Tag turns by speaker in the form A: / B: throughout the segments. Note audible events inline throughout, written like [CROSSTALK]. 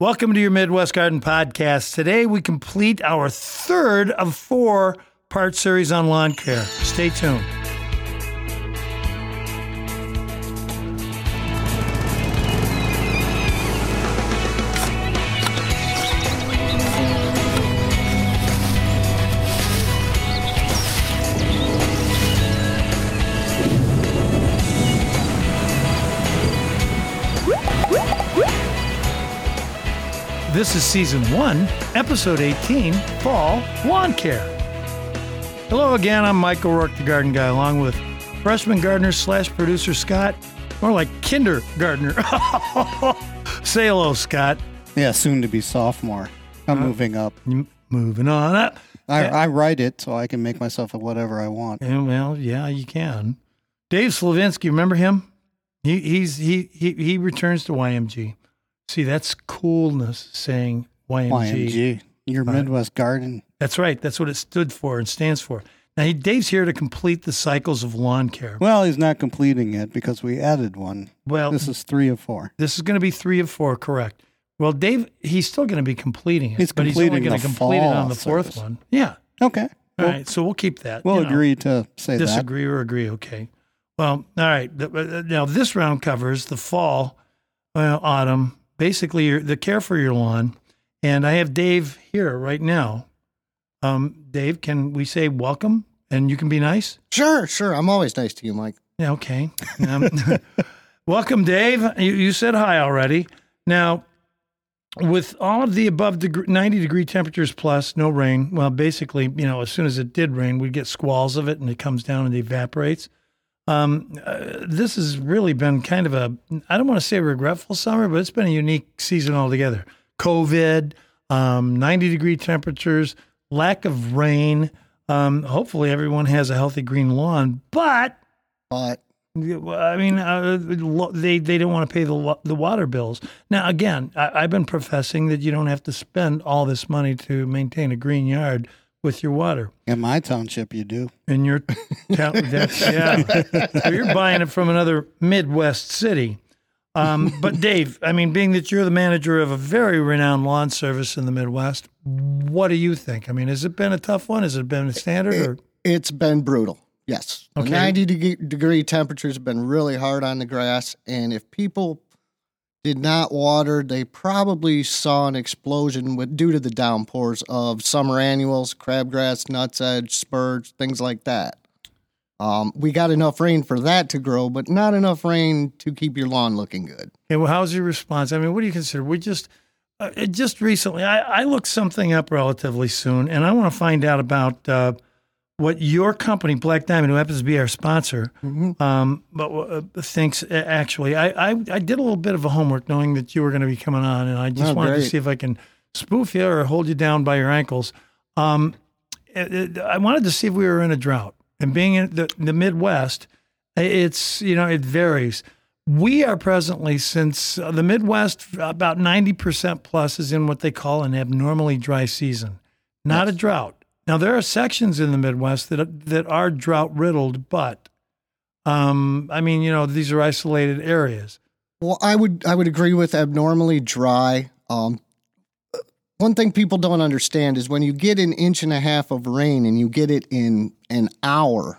A: Welcome to your Midwest Garden Podcast. Today we complete our third of four part series on lawn care. Stay tuned. This is season one, episode 18 Fall Lawn Care. Hello again, I'm Michael Rourke, the garden guy, along with freshman gardener slash producer Scott, more like kindergartner. [LAUGHS] Say hello, Scott.
B: Yeah, soon to be sophomore. I'm moving up.
A: M- Moving on up.
B: I, I write it so I can make myself whatever I want.
A: And well, yeah, you can. Dave Slavinsky, remember him? He he's he he, he returns to YMG. See, that's coolness saying
B: YMG, your Midwest garden.
A: That's right. That's what it stood for and stands for. Now, he, Dave's here to complete the cycles of lawn care.
B: Well, he's not completing it because we added one.
A: Well,
B: This is three of four.
A: this is going to be three of four, correct? Well, Dave, he's still going to be completing it,
B: He's
A: but he's only
B: completing
A: going to
B: the
A: complete it on
B: fall
A: the fourth
B: service.
A: one. Yeah.
B: Okay.
A: All
B: We'll,
A: right. So we'll keep that.
B: we'll
A: you know.
B: agree to say that.
A: disagree or agree. Okay. Well, all right. The- uh, Now this round covers the fall, uh, autumn, basically your, the care for your lawn, and I have Dave here right now. Um, Dave, can we say welcome? And you can be nice.
C: Sure, sure. I'm always nice to you, Mike.
A: Yeah. Okay. Um, [LAUGHS] welcome, Dave. You, you said hi already. Now. With all of the above degree, 90 degree temperatures plus, no rain. Well, basically, you know, as soon as it did rain, we'd get squalls of it and it comes down and evaporates. Um, uh, this has really been kind of a I don't want to say a regretful summer, but it's been a unique season altogether. COVID, um, 90 degree temperatures, lack of rain. Um, hopefully, everyone has a healthy green lawn, but
C: But
A: I mean, uh, lo- they they don't want to pay the wa- the water bills. Now, again, I, I've been professing that you don't have to spend all this money to maintain a green yard with your water.
B: In my township, you do.
A: And you're, ta- that's, yeah, So you're buying it from another Midwest city. Um, but Dave, I mean, being that you're the manager of a very renowned lawn service in the Midwest, what do you think? I mean, has it been a tough one? Has it been a standard? Or
C: it's been brutal. Yes. The
A: Okay.
C: 90 deg- degree temperatures have been really hard on the grass. And if people did not water, they probably saw an explosion with, due to the downpours of summer annuals, crabgrass, nuts edge, spurge, things like that. Um, we got enough rain for that to grow, but not enough rain to keep your lawn looking good.
A: Okay, well, how's your response? I mean, what do you consider? We just, uh, it just recently, I, I looked something up relatively soon, and I want to find out about uh, what your company, Black Diamond, who happens to be our sponsor, um, but uh, thanks. uh, Actually, I, I I did a little bit of a homework, knowing that you were going to be coming on, and I just
C: Oh,
A: wanted to
C: great.
A: see if I can spoof you or hold you down by your ankles. Um, it- it- I wanted to see if we were in a drought, and being in the, the Midwest, i- it's you know it varies. We are presently, since uh, the Midwest, about ninety percent plus is in what they call an abnormally dry season, not a drought. Now there are sections in the Midwest that that are drought riddled, but um, I mean, you know, these are isolated areas.
C: Well, I would I would agree with abnormally dry. Um, one thing people don't understand is when you get an inch and a half of rain and you get it in an hour,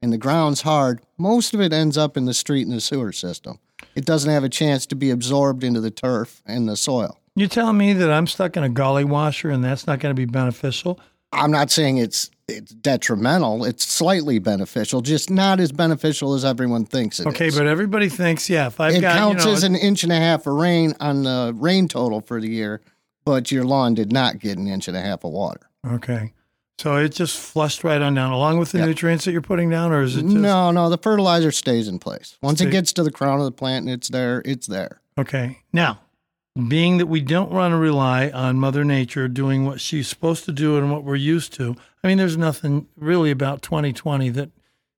C: and the ground's hard, most of it ends up in the street and the sewer system. It doesn't have a chance to be absorbed into the turf and the soil.
A: You're telling me that I'm stuck in a golly washer and that's not going to be beneficial?
C: I'm not saying it's it's detrimental. It's slightly beneficial, just not as beneficial as everyone thinks it is.
A: Okay, but everybody thinks, yeah, if I've
C: it
A: got,
C: counts
A: you know,
C: as an inch and a half of rain on the rain total for the year, but your lawn did not get an inch and a half of water.
A: okay. So it just flushed right on down along with the nutrients that you're putting down, or is it just,
C: no, no, the fertilizer stays in place. Once
A: Stay-
C: it gets to the crown of the plant and it's there, it's there.
A: Okay. Now, being that we don't want to rely on Mother Nature doing what she's supposed to do and what we're used to, I mean, there's nothing really about 2020 that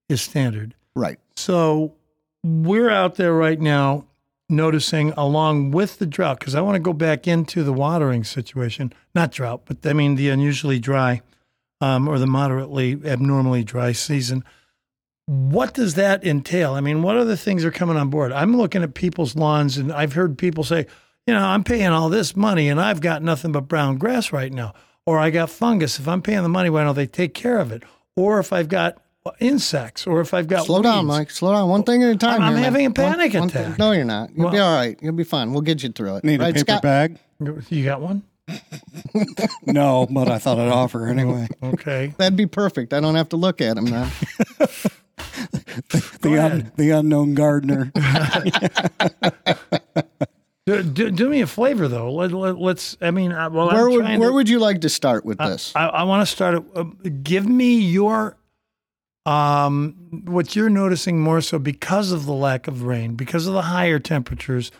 A: is standard.
C: Right.
A: So we're out there right now noticing along with the drought, because I want to go back into the watering situation, not drought, but I mean the unusually dry um, or the moderately abnormally dry season. What does that entail? I mean, what other things are coming on board? I'm looking at people's lawns and I've heard people say, you know, I'm paying all this money and I've got nothing but brown grass right now. Or I got fungus. If I'm paying the money, why don't they take care of it? Or if I've got uh, insects, or if I've got
C: Slow down,
A: weeds.
C: Mike. Slow down. One thing at a time.
A: I'm
C: here, man.
A: having a
C: One-
A: panic
C: one
A: attack.
C: thing- no, you're not. You'll be
A: Well-
C: all right. You'll be fine. We'll get you through it.
B: Need a
C: right,
B: paper
C: Scott?
B: bag?
A: You got one?
B: No, but I thought
A: [LAUGHS]
B: I'd offer anyway.
A: Okay. [LAUGHS]
C: That'd be perfect. I don't have to look at him now.
B: the un, the unknown
A: [LAUGHS]
B: gardener.
A: Do, do, do me a favor though. Let, us I mean, I, well,
C: where
A: I'm
C: would
A: trying
C: where
A: to, Uh,
C: would you like to start with this?
A: I, I want to start. at- Uh, give me your um, what you're noticing more so because of the lack of rain, because of the higher temperatures.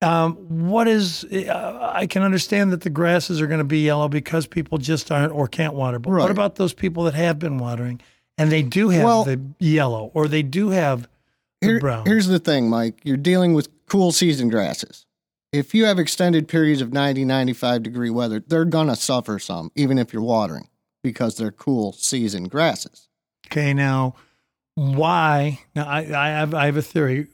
A: Um, what is? Uh, I can understand that the grasses are going to be yellow because people just aren't or can't water. But what
C: Right.
A: about those people that have been watering and they do have
C: Well-
A: the yellow or they do have the
C: Here-
A: brown?
C: here's the thing, Mike. You're dealing with cool season grasses. If you have extended periods of 90, 95 degree weather, they're going to suffer some, even if you're watering, because they're cool season grasses.
A: Okay, now why? Now I, I have I have a theory.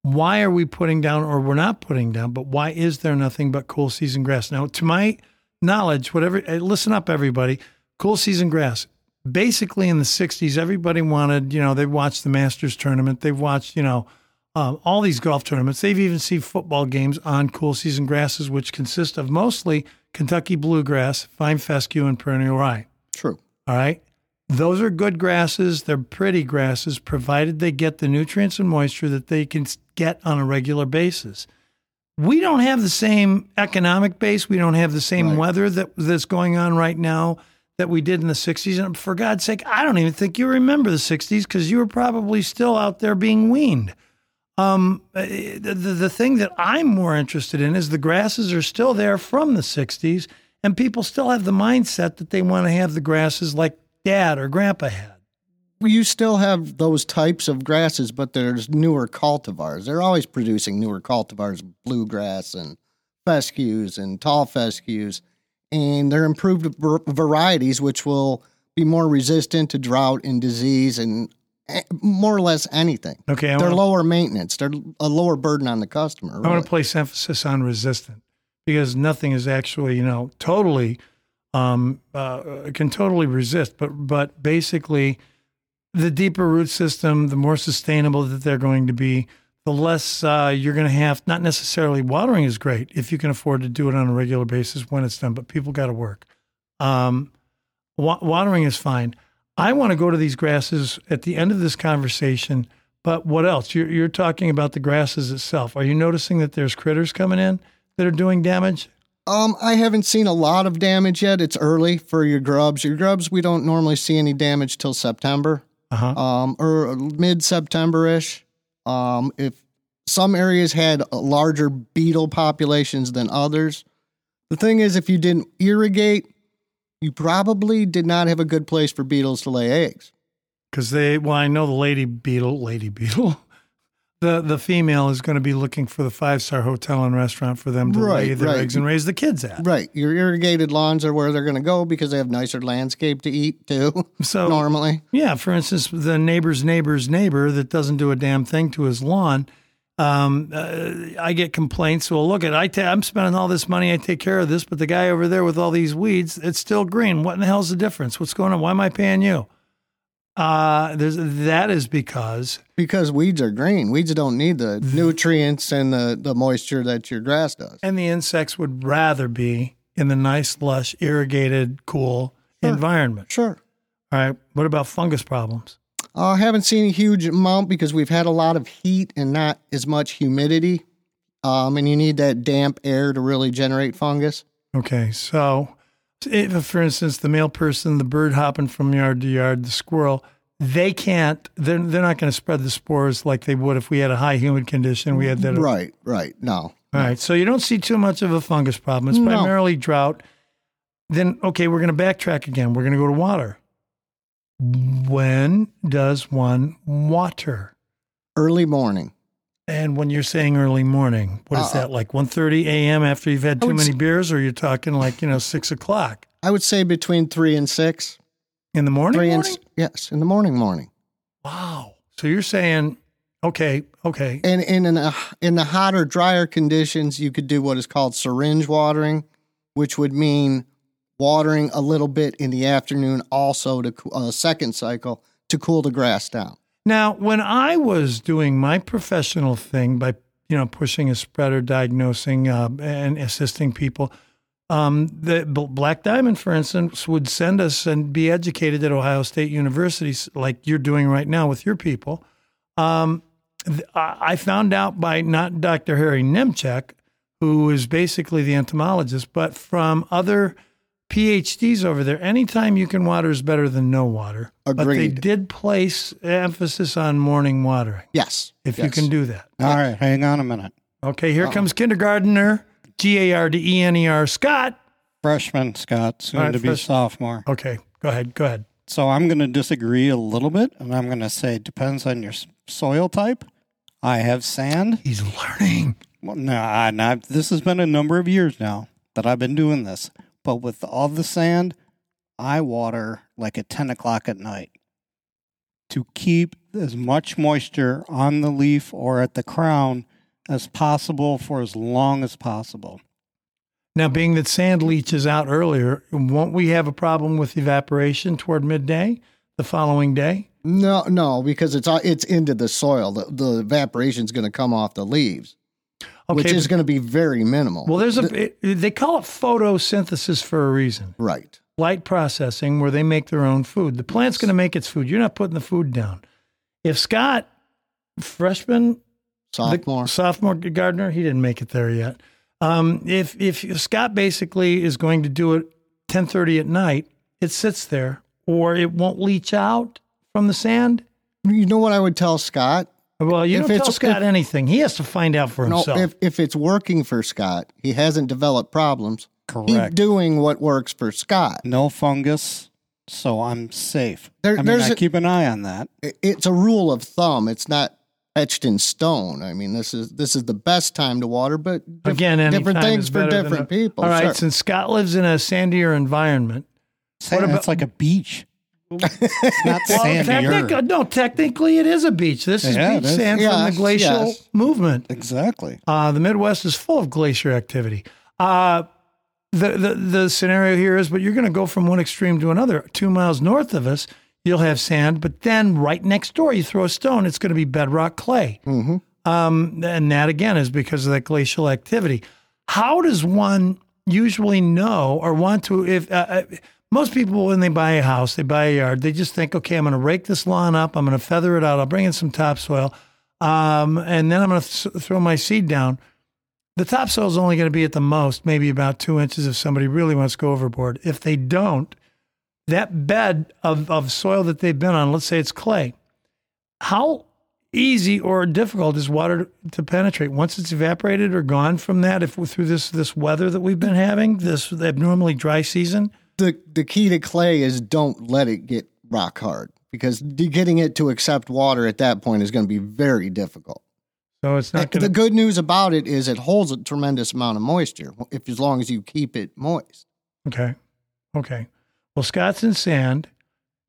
A: Why are we putting down, or we're not putting down? But why is there nothing but cool season grass? Now, to my knowledge, whatever. eh, Listen up, everybody. Cool season grass. Basically, in the '60s, everybody wanted. You know, they watched the Masters tournament. They watched. You know. Um, all these golf tournaments, they've even seen football games on cool season grasses, which consist of mostly Kentucky bluegrass, fine fescue, and perennial rye.
C: True.
A: All right. Those are good grasses. They're pretty grasses, provided they get the nutrients and moisture that they can s- get on a regular basis. We don't have the same economic base. We don't have the same
C: Right.
A: weather that that's going on right now that we did in the 60s. And for God's sake, I don't even think you remember the 60s because you were probably still out there being weaned. Um, eh, the, the the thing that I'm more interested in is the grasses are still there from the 60s, and people still have the mindset that they want to have the grasses like dad or grandpa had.
C: You still have those types of grasses, but there's newer cultivars. They're always producing newer cultivars, bluegrass and fescues and tall fescues, and they're improved var- varieties, which will be more resistant to drought and disease and eh, more or less anything.
A: Okay, I
C: they're
A: wanna-
C: lower maintenance. They're a lower burden on the
A: I
C: customer.
A: want
C: really.
A: to place emphasis on resistant because nothing is actually, you know, totally um, uh, can totally resist. But but basically, the deeper root system, the more sustainable that they're going to be. The less uh, you're going to have. Not necessarily watering is great if you can afford to do it on a regular basis when it's done. But people got to work. Um, wa- watering is fine. I want to go to these grasses at the end of this conversation. But what else? You're, you're talking about the grasses itself. Are you noticing that there's critters coming in that are doing damage?
C: Um, I haven't seen a lot of damage yet. It's early for your grubs. Your grubs, we don't normally see any damage till September,
A: Uh-huh.
C: um, or mid September ish. Um, if some areas had larger beetle populations than others, the thing is, if you didn't irrigate, you probably did not have a good place for beetles to lay eggs.
A: Because they, well, I know the lady beetle, lady beetle, [LAUGHS] the the female is going to be looking for the five star hotel and restaurant for them to lay
C: Right,
A: their
C: right.
A: eggs and raise the kids at.
C: Right, your irrigated lawns are where they're going to go because they have nicer landscape to eat too. [LAUGHS]
A: So
C: normally,
A: Yeah, for instance, the neighbor's neighbor's neighbor that doesn't do a damn thing to his lawn. Um, uh, I get complaints. Well, look at I ta- I'm spending all this money. I take care of this, but the guy over there with all these weeds, it's still green. What in the hell's the difference? What's going on? Why am I paying you? Uh, there's, that is because
C: Because weeds are green. Weeds don't need the
A: Mm-hmm.
C: nutrients and the, the moisture that your grass does.
A: and the insects would rather be in the nice, lush, irrigated, cool environment.
C: Sure.
A: All right. What about fungus problems?
C: I haven't seen a huge amount because we've had a lot of heat and not as much humidity. Um, and you need that damp air to really generate fungus.
A: Okay, so if, for instance, the male person, the bird hopping from yard to yard, the squirrel, they can't. They're they're not going to spread the spores like they would if we had a high humid condition. We had that. All
C: Right, right. No.
A: right, so you don't see too much of a fungus problem. It's
C: No.
A: primarily drought. Then okay, we're going to backtrack again. We're going to go to water. When does one water?
C: Early morning.
A: And when you're saying early morning, what is
C: Uh,
A: that like? 1.30 a.m. after you've had
C: I
A: too
C: would
A: many
C: s-
A: beers, or you're talking like you know six o'clock
C: I would say between three and six.
A: in the morning?
C: three
A: morning?
C: and s- yes, in the morning, morning.
A: Wow. So you're saying, Okay. Okay.
C: And in an, uh, in the hotter, drier conditions, you could do what is called syringe watering, which would mean watering a little bit in the afternoon, also to a uh, second cycle to cool the grass down.
A: Now, when I was doing my professional thing by you know pushing a spreader, diagnosing uh, and assisting people, um, the B- Black Diamond, for instance, would send us and be educated at Ohio State University, s- like you're doing right now with your people. Um, th- I I found out by not Dr. Harry Nemchek, who is basically the entomologist, but from other PhDs over there. Anytime you can water is better than no water. But they
C: Agreed.
A: did place emphasis on morning watering,
C: Yes.
A: if you
C: yes.
A: can do that.
B: All right, hang on a minute.
A: Okay, here comes kindergartner, G A R D E N E R, Scott.
B: Freshman, Scott, soon
A: All right,
B: to be
A: fresh-
B: sophomore.
A: Okay, go ahead, go ahead.
B: So I'm going to disagree a little bit, and I'm going to say it depends on your s- soil type. I have sand.
A: He's learning.
B: Well, no, I, and I've, this has been a number of years now that I've been doing this. But with all the sand, I water like at 10 o'clock at night to keep as much moisture on the leaf or at the crown as possible for as long as possible.
A: Now, being that sand leaches out earlier, won't we have a problem with evaporation toward midday the following day?
C: No, no, because it's all- it's into the soil. The, the evaporation is going to come off the leaves, which is
A: but-
C: going to be very minimal.
A: well, there's a it- they call it photosynthesis for a reason.
C: right.
A: light processing where they make their own food. The plant's going to make its food. You're not putting the food down. If Scott, freshman, the-
C: Sophomore.
A: sophomore gardener, he didn't make it there yet. Um, if if Scott basically is going to do it 10:30 at night, it sits there or it won't leach out from the sand.
C: you know what I would tell Scott?
A: Well, you
C: If
A: don't tell
C: it's-
A: Scott
C: if-
A: anything. He has to find out for
C: No,
A: himself.
C: if if it's working for Scott, he hasn't developed problems. Keep
B: Correct.
C: doing what works for Scott.
B: no fungus, so I'm safe.
C: There-
B: I mean,
C: there's
B: I
C: a-
B: keep an eye on that.
C: I- It's a rule of thumb. It's not etched in stone. I mean, this is this is the best time to water, but diff-
A: Again, anytime
C: different
A: is
C: things for
A: better than
C: different
A: no-
C: people.
A: All right,
C: sure.
A: since Scott lives in a sandier environment,
B: Sand,
A: about-
B: it's like a beach. it's
A: [LAUGHS]
B: not sand.
A: technic- no, technically it is a beach. This is
B: Yeah, it
A: beach
B: is.
A: sand from the
C: Yes,
A: glacial
C: yes.
A: movement.
B: Exactly.
A: Uh, the Midwest is full of glacier activity. Uh, the, the the scenario here is, but you're going to go from one extreme to another. Two miles north of us, you'll have sand, but then right next door, you throw a stone, it's going to be bedrock clay.
C: Mhm.
A: Um, and that again is because of that glacial activity. How does one usually know or want to? If uh, uh, most people, when they buy a house, they buy a yard, they just think, okay, I'm going to rake this lawn up, I'm going to feather it out, I'll bring in some topsoil, um, and then I'm going to th- throw my seed down. The topsoil is only going to be at the most maybe about two inches if somebody really wants to go overboard. If they don't, that bed of, of soil that they've been on, let's say it's clay, how easy or difficult is water to penetrate once it's evaporated or gone from that? If through this this weather that we've been having, this abnormally dry season,
C: the the key to clay is don't let it get rock hard because de- getting it to accept water at that point is going to be very difficult. Eh,
A: so it's not
C: the
A: going to.
C: good news about it is it holds a tremendous amount of moisture if as long as you keep it moist.
A: Okay, okay. Well, Scott's in sand,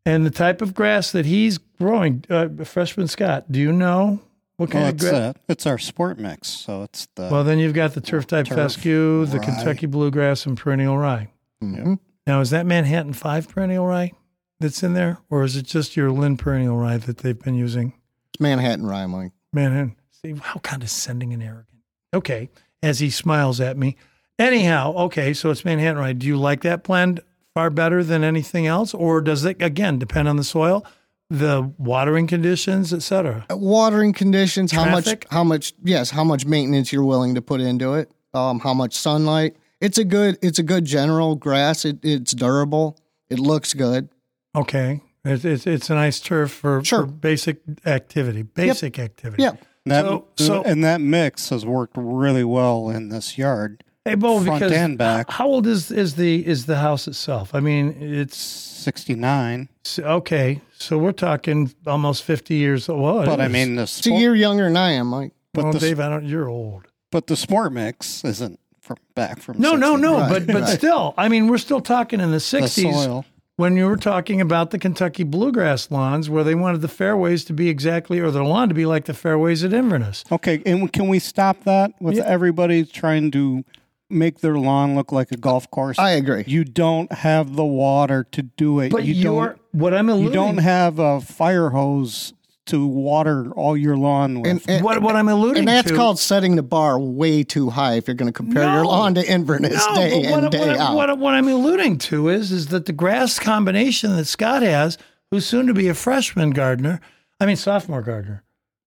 A: and the type of grass that he's growing, uh, freshman Scott. Do you know what kind
B: Well,
A: of
B: it's,
A: grass?
B: uh, it's our sport mix, so it's the
A: Well, then you've got the turf type
B: Turf,
A: fescue, the
B: rye.
A: Kentucky bluegrass, and perennial rye.
C: Mhm.
A: Now, is that Manhattan 5 perennial rye that's in there, or is it just your Lynn perennial rye that they've been using?
C: It's Manhattan Rhymling.
A: Manhattan. See, how condescending and arrogant. Okay. As he smiles at me. Anyhow, okay, so it's Manhattan rye. Do you like that blend far better than anything else, or does it, again, depend on the soil, the watering conditions, et cetera?
C: watering conditions, how much
A: Traffic?
C: how much yes, how much maintenance you're willing to put into it, um, how much sunlight. It's a good it's a good general grass. It, it's durable. It looks good.
A: Okay. It's, it's, it's a nice turf for,
C: Sure.
A: for basic activity, basic activity.
C: Yeah.
B: that,
A: so- so-
B: and that mix has worked really well in this yard.
A: Hey, Bo,
B: Front
A: because
B: and back.
A: h- How old is is the is the house itself? I mean, it's
B: Sixty nine,
A: okay. So we're talking almost fifty years old. Well, it
B: but I
A: is.
B: mean the
C: It's a
B: sport,
C: year younger than I am, Mike.
B: but
A: Well,
B: the-
A: Dave, I don't. You're old.
B: but the sport mix isn't from back from
A: No, no,
B: 69.
A: no.
C: Right,
A: but but
C: right.
A: still, I mean, we're still talking in the
B: The
A: sixties
B: soil
A: when you were talking about the Kentucky bluegrass lawns where they wanted the fairways to be exactly or the lawn to be like the fairways at Inverness.
B: Okay, and can we stop that with everybody trying to make their lawn look like a golf course?
C: I agree.
B: you don't have the water to do it.
A: But
B: you
A: you are
B: don't.
A: what I'm alluding
B: You don't have a fire hose to water all your lawn with.
C: And, and,
A: what what I'm alluding
C: and that's
A: to
C: called setting the bar way too high if you're going to compare your
A: No.
C: lawn to Inverness day
A: but what,
C: in, day
A: what,
C: out.
A: What, what I'm alluding to is is that the grass combination that Scott has, who's soon to be a freshman gardener, I mean sophomore gardener,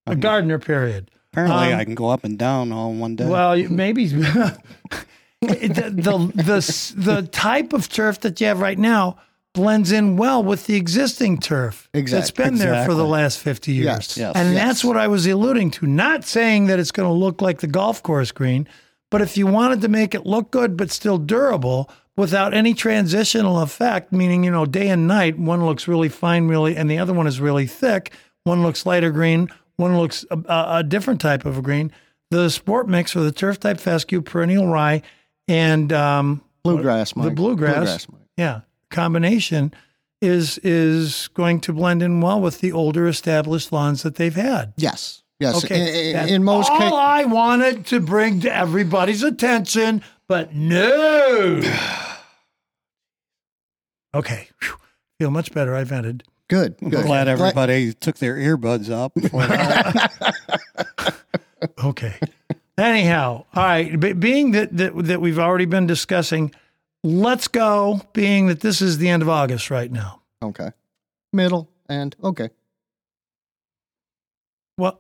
A: a gardener period.
B: Apparently,
C: um,
B: I can go up and down all in one day.
A: Well, you- maybe [LAUGHS] the, the the s- the type of turf that you have right now blends in well with the existing turf that's
C: Exact-
A: been there for the
B: exactly.
A: last 50 years.
C: Yes, yes,
A: and
C: yes.
A: that's what I was alluding to, not saying that it's going to look like the golf course green, but if you wanted to make it look good but still durable without any transitional effect, meaning, you know, day and night, one looks really fine really and the other one is really thick, one looks lighter green, one looks a, a, a different type of green. The sport mix or the turf type fescue, perennial rye, and um,
C: bluegrass, Mike.
A: the bluegrass,
C: Mike.
A: yeah, combination is is going to blend in well with the older established lawns that they've had.
C: Yes. Yes.
A: Okay,
C: In- In,
A: that's
C: in most
A: all
C: cases.
A: I wanted to bring to everybody's attention, but no. [SIGHS] okay, Phew. feel much better. I vented.
C: Good.
B: I'm
C: good.
B: glad everybody took their earbuds
C: [LAUGHS]
B: up.
A: [LAUGHS] Okay. Anyhow, all right. Be- being that, that that we've already been discussing, let's go. Being that this is the end of August right now.
C: Okay. Middle and okay.
A: Well,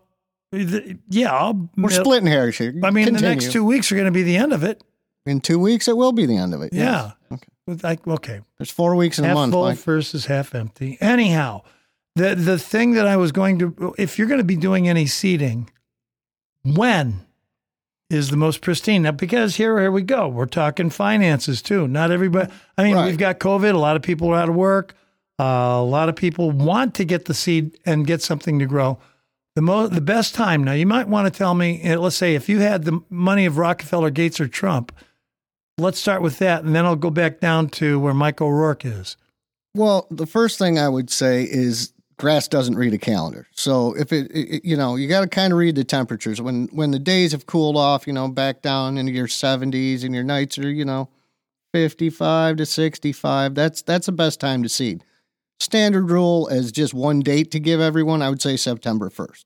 A: th- yeah, I'll,
C: We're splitting hairs here.
A: I mean, the
C: Continue.
A: next two weeks are going to be the end of it.
C: In two weeks, it will be the end of it.
A: Yeah.
C: Okay.
A: With, Like okay,
C: There's four weeks in a
A: half
C: month.
A: full
C: Mike.
A: versus half empty. Anyhow, the the thing that I was going to, if you're going to be doing any seeding, when is the most pristine? Now, because here here we go. We're talking finances too. Not everybody. I mean,
C: Right.
A: we've got COVID. A lot of people are out of work. Uh, a lot of people want to get the seed and get something to grow. The mo- the best time now. You might want to tell me. eh, Let's say if you had the money of Rockefeller, Gates, or Trump. Let's start with that, and then I'll go back down to where Mike O'Rourke is.
C: Well, the first thing I would say is grass doesn't read a calendar. So if it, it it- you know, you got to kind of read the temperatures when when the days have cooled off, you know, back down into your 70s and your nights are, you know, 55 to 65. That's that's the best time to seed. Standard rule is just one date to give everyone. I would say September 1st.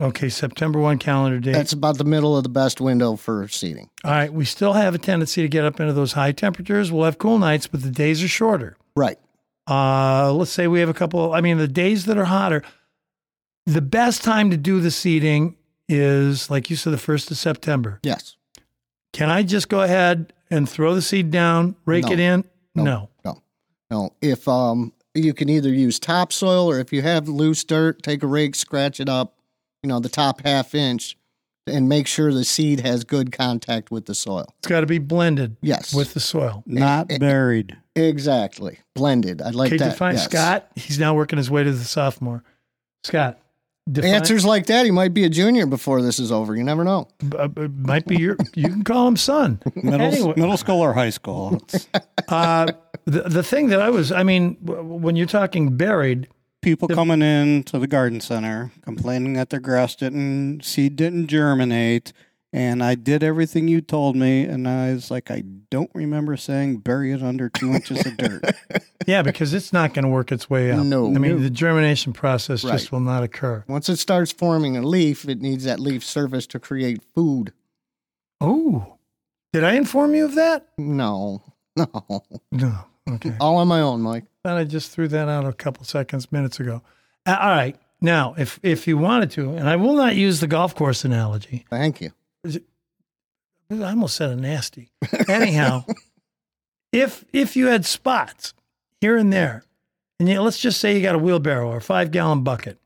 A: Okay, September one calendar date.
C: That's about the middle of the best window for seeding.
A: All right, we still have a tendency to get up into those high temperatures. We'll have cool nights, but the days are shorter.
C: Right.
A: Uh, let's say we have a couple. I mean, the days that are hotter, the best time to do the seeding is, like you said, the first of September.
C: Yes.
A: Can I just go ahead and throw the seed down, rake
C: No.
A: it in?
C: No.
A: No.
C: No, no. If um, you can either use topsoil or if you have loose dirt, take a rake, scratch it up, you know, the top half inch, and make sure the seed has good contact with the soil.
A: It's got to be blended
C: Yes,
A: with the soil.
B: Not buried.
C: exactly blended. I like
A: okay,
C: that.
A: define
C: yes.
A: Scott. He's now working his way to the sophomore. Scott, define,
C: Answers like that, he might be a junior before this is over. You never know.
A: uh, uh, might be your. You can call him son.
B: Middle,
A: Anyway.
B: middle school or high
C: [LAUGHS]
B: school? It's-
A: Uh, the, the thing that I was, I mean, w- when you're talking buried,
B: people coming in to the garden center complaining that their grass didn't seed didn't germinate and i did everything you told me and i was like i don't remember saying bury it under two inches of
C: [LAUGHS]
B: dirt
A: yeah, because it's not going to work its way up.
C: No.
A: I mean, the germination process just
C: Right.
A: will not occur.
C: Once it starts forming a leaf, it needs that leaf surface to create food.
A: Oh, did I inform you of that?
C: No, [LAUGHS] no,
A: No. Okay.
C: all on my own, Mike.
A: Thought I just threw that out a couple seconds, minutes ago. A- All right. Now, if if you wanted to, and I will not use the golf course analogy.
C: Thank you.
A: I almost said a nasty. Anyhow, if if you had spots here and there, and you, let's just say you got a wheelbarrow or five gallon bucket,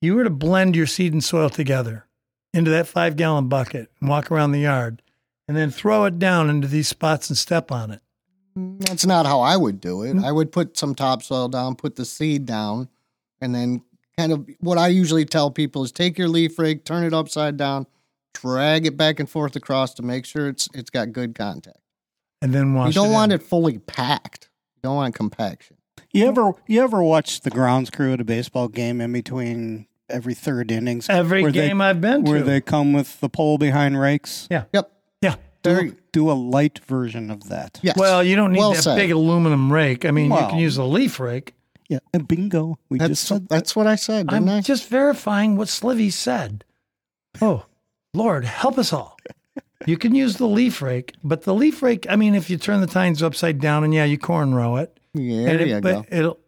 A: you were to blend your seed and soil together into that five gallon bucket and walk around the yard, and then throw it down into these spots and step on it.
C: That's not how I would do
A: Mm-hmm.
C: it. I would put some topsoil down, put the seed down, and then kind of what I usually tell people is take your leaf rake, turn it upside down, drag it back and forth across to make sure it's it's got good contact.
A: And then wash.
C: you don't
A: it
C: want
A: in.
C: it fully packed. don't want compaction.
B: You ever you ever watch the grounds crew at a baseball game in between every third innings?
A: Every
B: where they-
A: game I've been
B: where
A: to.
B: they come with the pole behind rakes.
C: Yep.
A: yeah.
C: Very,
B: Do a light version of that.
C: yes.
A: Well, you don't need
C: Well
A: that
C: said.
A: big aluminum rake. I mean, you
B: Well.
A: can use a leaf rake.
B: Yeah, and bingo. We just
C: that's
B: said that.
C: that's what I said,
A: I'm
C: didn't i
A: just verifying what Slivy said. Oh, Lord, help us all. You can use the leaf rake, but the leaf rake, I mean, if you turn the tines upside down and yeah, you corn row it.
C: yeah,
A: and
C: there
A: it-
C: you
A: but
C: go.
A: it'll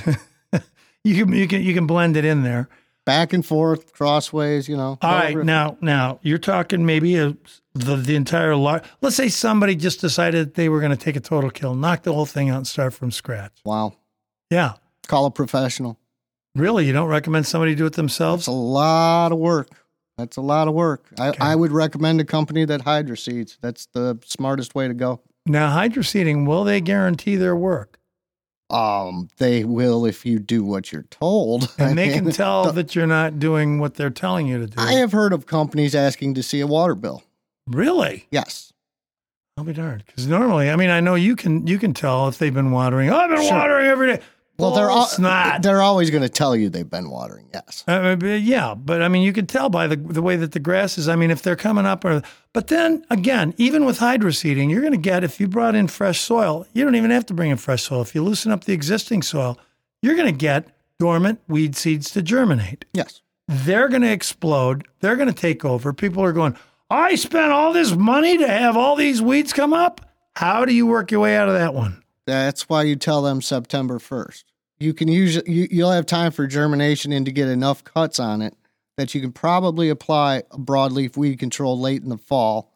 A: [LAUGHS] you can you can you can blend it in there.
C: Back and forth, crossways, you know.
A: All right,
C: however-
A: now now you're talking maybe a, the the entire lot. Let's say somebody just decided they were going to take a total kill, knock the whole thing out, and start from scratch.
C: Wow.
A: Yeah,
C: Call a professional.
A: really, you don't recommend somebody do it
C: That's
A: themselves.
C: a lot of work. That's a lot of work. I, I would recommend a company that hydro seeds. That's the smartest way to go.
A: Now, hydro seeding, will they guarantee their work?
C: Um, they will if you do what you're told.
A: And
C: I
A: they
C: mean,
A: can tell that you're not doing what they're telling you to do.
C: I have heard of companies asking to see a water bill.
A: really?
C: Yes.
A: I'll be darned. Because normally, I mean, I know you can you can tell if they've been watering. Oh, I've been
C: Sure.
A: watering every day.
C: Well, they're all,
A: not.
C: they're always going to tell you they've been watering. Yes.
A: Uh, but yeah, but I mean, you could tell by the the way that the grass is. I mean, if they're coming up, or but then again, even with hydro seeding, you're going to get if you brought in fresh soil, you don't even have to bring in fresh soil. If you loosen up the existing soil, you're going to get dormant weed seeds to germinate.
C: Yes.
A: They're going to explode. They're going to take over. People are going. I spent all this money to have all these weeds come up. How do you work your way out of that one?
C: That's why you tell them September 1st. You can usually you, you'll have time for germination and to get enough cuts on it that you can probably apply a broadleaf weed control late in the fall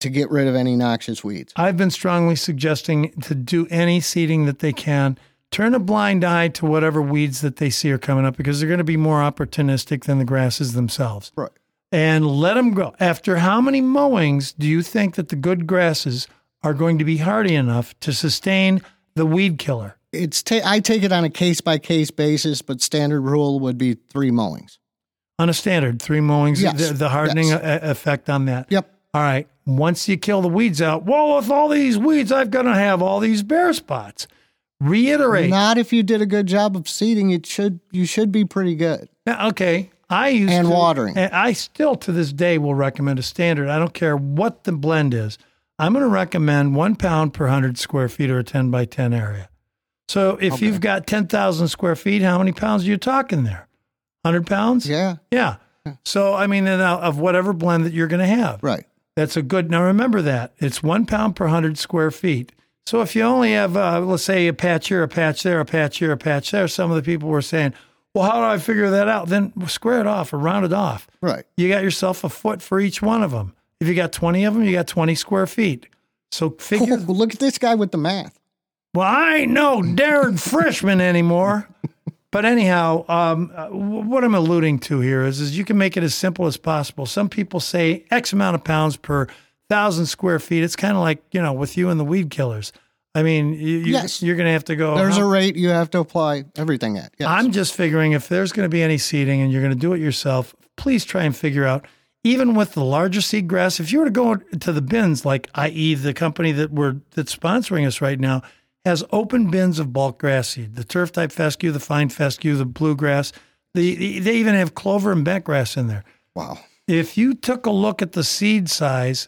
C: to get rid of any noxious weeds.
A: I've been strongly suggesting to do any seeding that they can. Turn a blind eye to whatever weeds that they see are coming up because they're going to be more opportunistic than the grasses themselves.
C: Right.
A: And let them grow. After how many mowings do you think that the good grasses are going to be hardy enough to sustain the weed killer?
C: It's ta- I take it on a case by case basis, but standard rule would be three mowings.
A: On a standard, three mowings,
C: Yes.
A: the, the hardening
C: Yes.
A: e- effect on that.
C: Yep.
A: All right. Once you kill the weeds out, well, with all these weeds, I've got to have all these bare spots. Reiterate.
C: Not if you did a good job of seeding. It should you should be pretty good.
A: Now, okay, I used
C: And
A: to-
C: watering.
A: and I still to this day will recommend a standard. I don't care what the blend is. I'm going to recommend one pound per hundred square feet or a ten by ten area. So if you've got ten thousand square feet, how many pounds are you talking there? Hundred pounds?
C: Yeah.
A: Yeah. So I mean, and out of whatever blend that you're going to have,
C: Right.
A: that's a good. Now remember that it's one pound per hundred square feet. So if you only have, uh, let's say, a patch here, a patch there, a patch here, a patch there, some of the people were saying, "Well, how do I figure that out?" Then square it off or round it off.
C: Right.
A: You got yourself a foot for each one of them. If you got twenty of them, you got twenty square feet. So figure.
C: Well, look at this guy with the math.
A: well, I ain't no Darren Freshman anymore. But anyhow, um, uh, w- what I'm alluding to here is, is you can make it as simple as possible. Some people say X amount of pounds per thousand square feet. It's kind of like you know with you and the weed killers. I mean, you, you,
C: Yes.
A: you're going to have to go.
C: There's
A: huh?
C: a rate you have to apply everything at. Yes.
A: I'm just figuring if there's going to be any seeding and you're going to do it yourself, please try and figure out, even with the larger seed grass, if you were to go to the bins, like i.e. the company that we're that's sponsoring us right now has open bins of bulk grass seed, the turf type fescue, the fine fescue, the bluegrass. The, the, they even have clover and bentgrass in there.
C: wow.
A: If you took a look at the seed size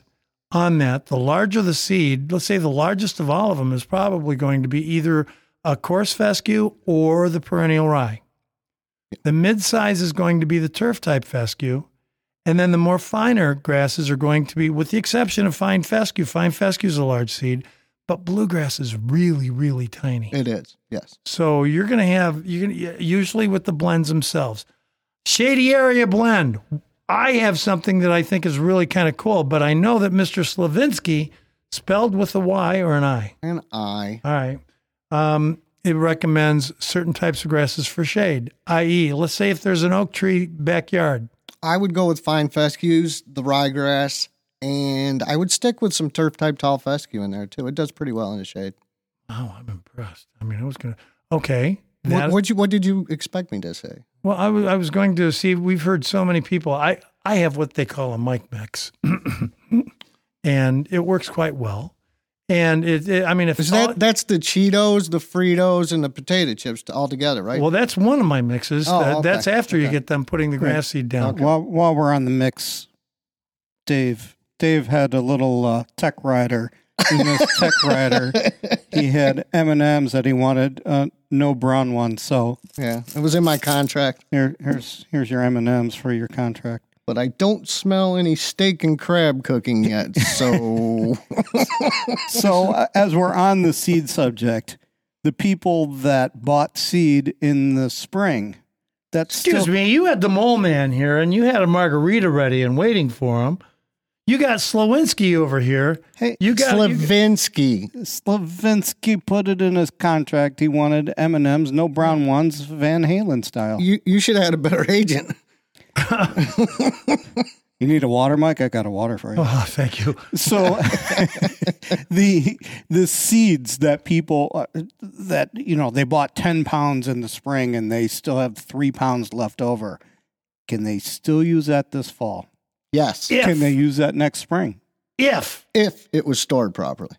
A: on that, the larger the seed, let's say the largest of all of them is probably going to be either a coarse fescue or the perennial rye. The mid size is going to be the turf type fescue. And then the more finer grasses are going to be, with the exception of fine fescue, fine fescue is a large seed, but bluegrass is really, really tiny.
C: It is. Yes.
A: So you're going to have you can usually with the blends themselves. Shady area blend. I have something that I think is really kind of cool, but I know that Mr. Slavinsky spelled with a Y or an I.
C: And I.
A: All right. Um, it recommends certain types of grasses for shade, i.e., let's say if there's an oak tree backyard.
C: I would go with fine fescues, the ryegrass, and I would stick with some turf type tall fescue in there too. It does pretty well in the shade.
A: Oh, I'm impressed. I mean, I was going to. Okay.
C: What,
A: that-
C: what'd you, what did you expect me to say?
A: Well, I was I was going to see. We've heard so many people. I I [CLEARS THROAT] have what they call a mic mix, and it works quite well. And it, it- I mean, if
C: Is
A: all-
C: that that's the Cheetos, the Fritos, and the potato chips t- all together, right?
A: well, that's one of my mixes.
C: Oh,
A: That-
C: okay,
A: That's after you
C: okay.
A: get them putting the grass seed down.
B: While while we're on the mix, Dave Dave had a little uh, tech rider. In this
C: [LAUGHS]
B: tech rider, he had M and M's that he wanted, uh, no brown ones. So
C: yeah, it was in my contract,
B: here, here's here's your M and M's for your contract.
C: but I don't smell any steak and crab cooking yet.
A: [LAUGHS]
C: So
B: so uh, as we're on the seed subject, the people that bought seed in the spring, that's
A: Excuse
B: still,
A: me, you had the mole man here and you had a margarita ready and waiting for him. You got Slowinski over here.
B: Hey,
A: you got you got-
C: Slavinsky,
B: Slavinsky put it in his contract. He wanted M and M's, no brown ones, Van Halen style.
C: you you should have had a better agent.
B: You need a water, Mike? I got a water for you.
A: [LAUGHS] Oh, thank you.
B: So [LAUGHS] the the seeds that people uh, that you know they bought ten pounds in the spring and they still have three pounds left over. Can they still use that this fall?
C: Yes,
A: If,
B: Can they use that next spring?
A: if
C: if it was stored properly.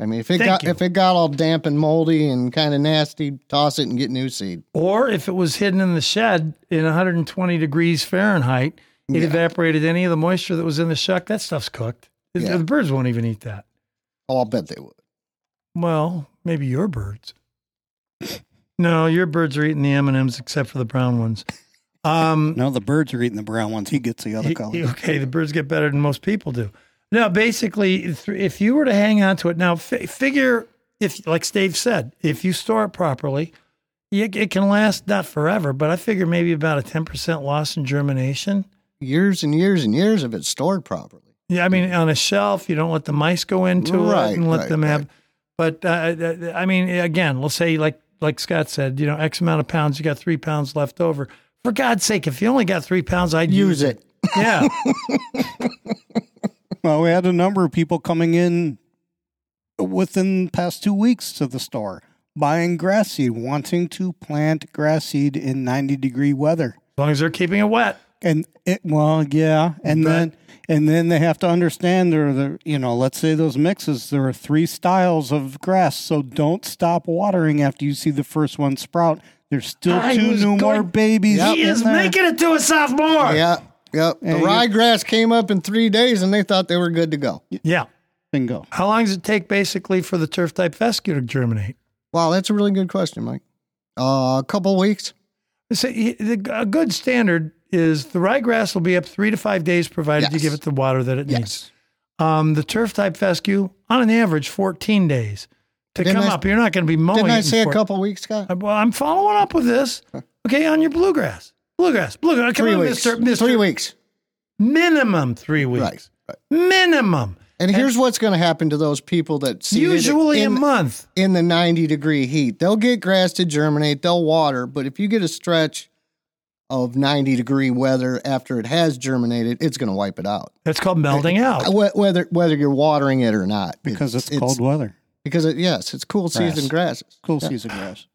C: I mean, if it
A: Thank
C: got
A: you.
C: if it got all damp and moldy and kind of nasty, toss it and get new seed.
A: or if it was hidden in the shed in 120 degrees Fahrenheit, it evaporated any of the moisture that was in the shuck. That stuff's cooked. The-
C: Yeah.
A: The birds won't even eat that.
C: Oh, I'll bet they would.
A: Well, maybe your birds. No, your birds are eating the M and M's except for the brown ones. Um,
B: [LAUGHS] No, the birds are eating the brown ones. He gets the other
A: He-
B: color.
A: he- Okay, the birds get better than most people do. Now, basically, if- if you were to hang on to it, now fi- figure if, like Steve said, if you store it properly, it, it can last not forever, but I figure maybe about a ten percent loss in germination.
C: Years and years and years if it's stored properly.
A: Yeah, I mean, on a shelf, you don't let the mice go into
C: Right,
A: it and let
C: right,
A: them have.
C: right.
A: But uh, I mean, again, let's say like like Scott said, you know, X amount of pounds, you got three pounds left over. For God's sake, if you only got three pounds, I'd
C: Use it.
A: [LAUGHS] Yeah.
B: [LAUGHS] Well, we had a number of people coming in within the past two weeks to the store buying grass seed, wanting to plant grass seed in 90 degree weather.
A: as long as they're keeping it wet.
B: And it, well, yeah, and
A: But-
B: then and then they have to understand there are the you know let's say those mixes there are three styles of grass, so don't stop watering after you see the first one sprout. There's still
A: I
B: two
A: was
B: new more
A: going-
B: babies.
A: He
B: in
A: is
B: there.
A: making it to a sophomore.
C: Yeah. Yep. The
B: you-
C: ryegrass came up in three days and they thought they were good to go.
A: Yeah.
B: bingo.
A: How long does it take basically for the turf type fescue to germinate?
C: Wow, that's a really good question, Mike. Uh, a couple weeks.
A: So y- the- a good standard is the ryegrass will be up three to five days, provided you
C: Yes.
A: give it the water that it needs.
C: Yes.
A: Um, the turf type fescue, on an average, 14 days to
C: Didn't
A: come
C: I-
A: up. You're not going to be mowing.
C: Didn't I
A: it in
C: say a
A: four-
C: couple weeks, Scott?
A: Uh, Well, I'm following up with
C: [LAUGHS]
A: this. Okay, on your bluegrass, bluegrass, bluegrass. Come
C: Three
A: on,
C: weeks.
A: Mister, Mister.
C: Three weeks.
A: Minimum three weeks.
C: Right. right.
A: Minimum.
C: And here's what's going to happen to those people that see
A: Usually
C: in,
A: a month.
C: in the 90 degree heat. They'll get grass to germinate, they'll water, but if you get a stretch of 90 degree weather after it has germinated, it's going to wipe it out.
A: That's called melting out.
C: Wh- Whether whether you're watering it or not,
B: because it's, cold weather,
C: Because it, yes, it's cool season grasses.
B: cool season grass.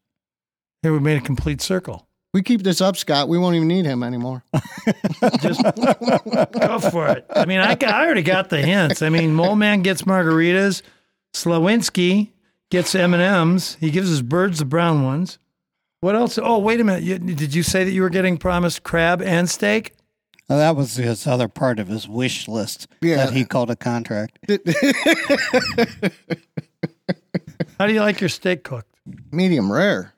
A: Here we made a complete circle.
C: We keep this up, Scott. We won't even need him anymore. [LAUGHS]
A: Just go for it. I mean, I, got, I already got the hints. I mean, Mole Man gets margaritas. Slowinski gets M and M's. He gives his birds the brown ones. What else? Oh, wait a minute. You, did you say that you were getting promised crab and steak?
B: Now, that was his other part of his wish list
C: Yeah.
B: that he called a contract.
A: How do you like your steak cooked?
C: Medium rare.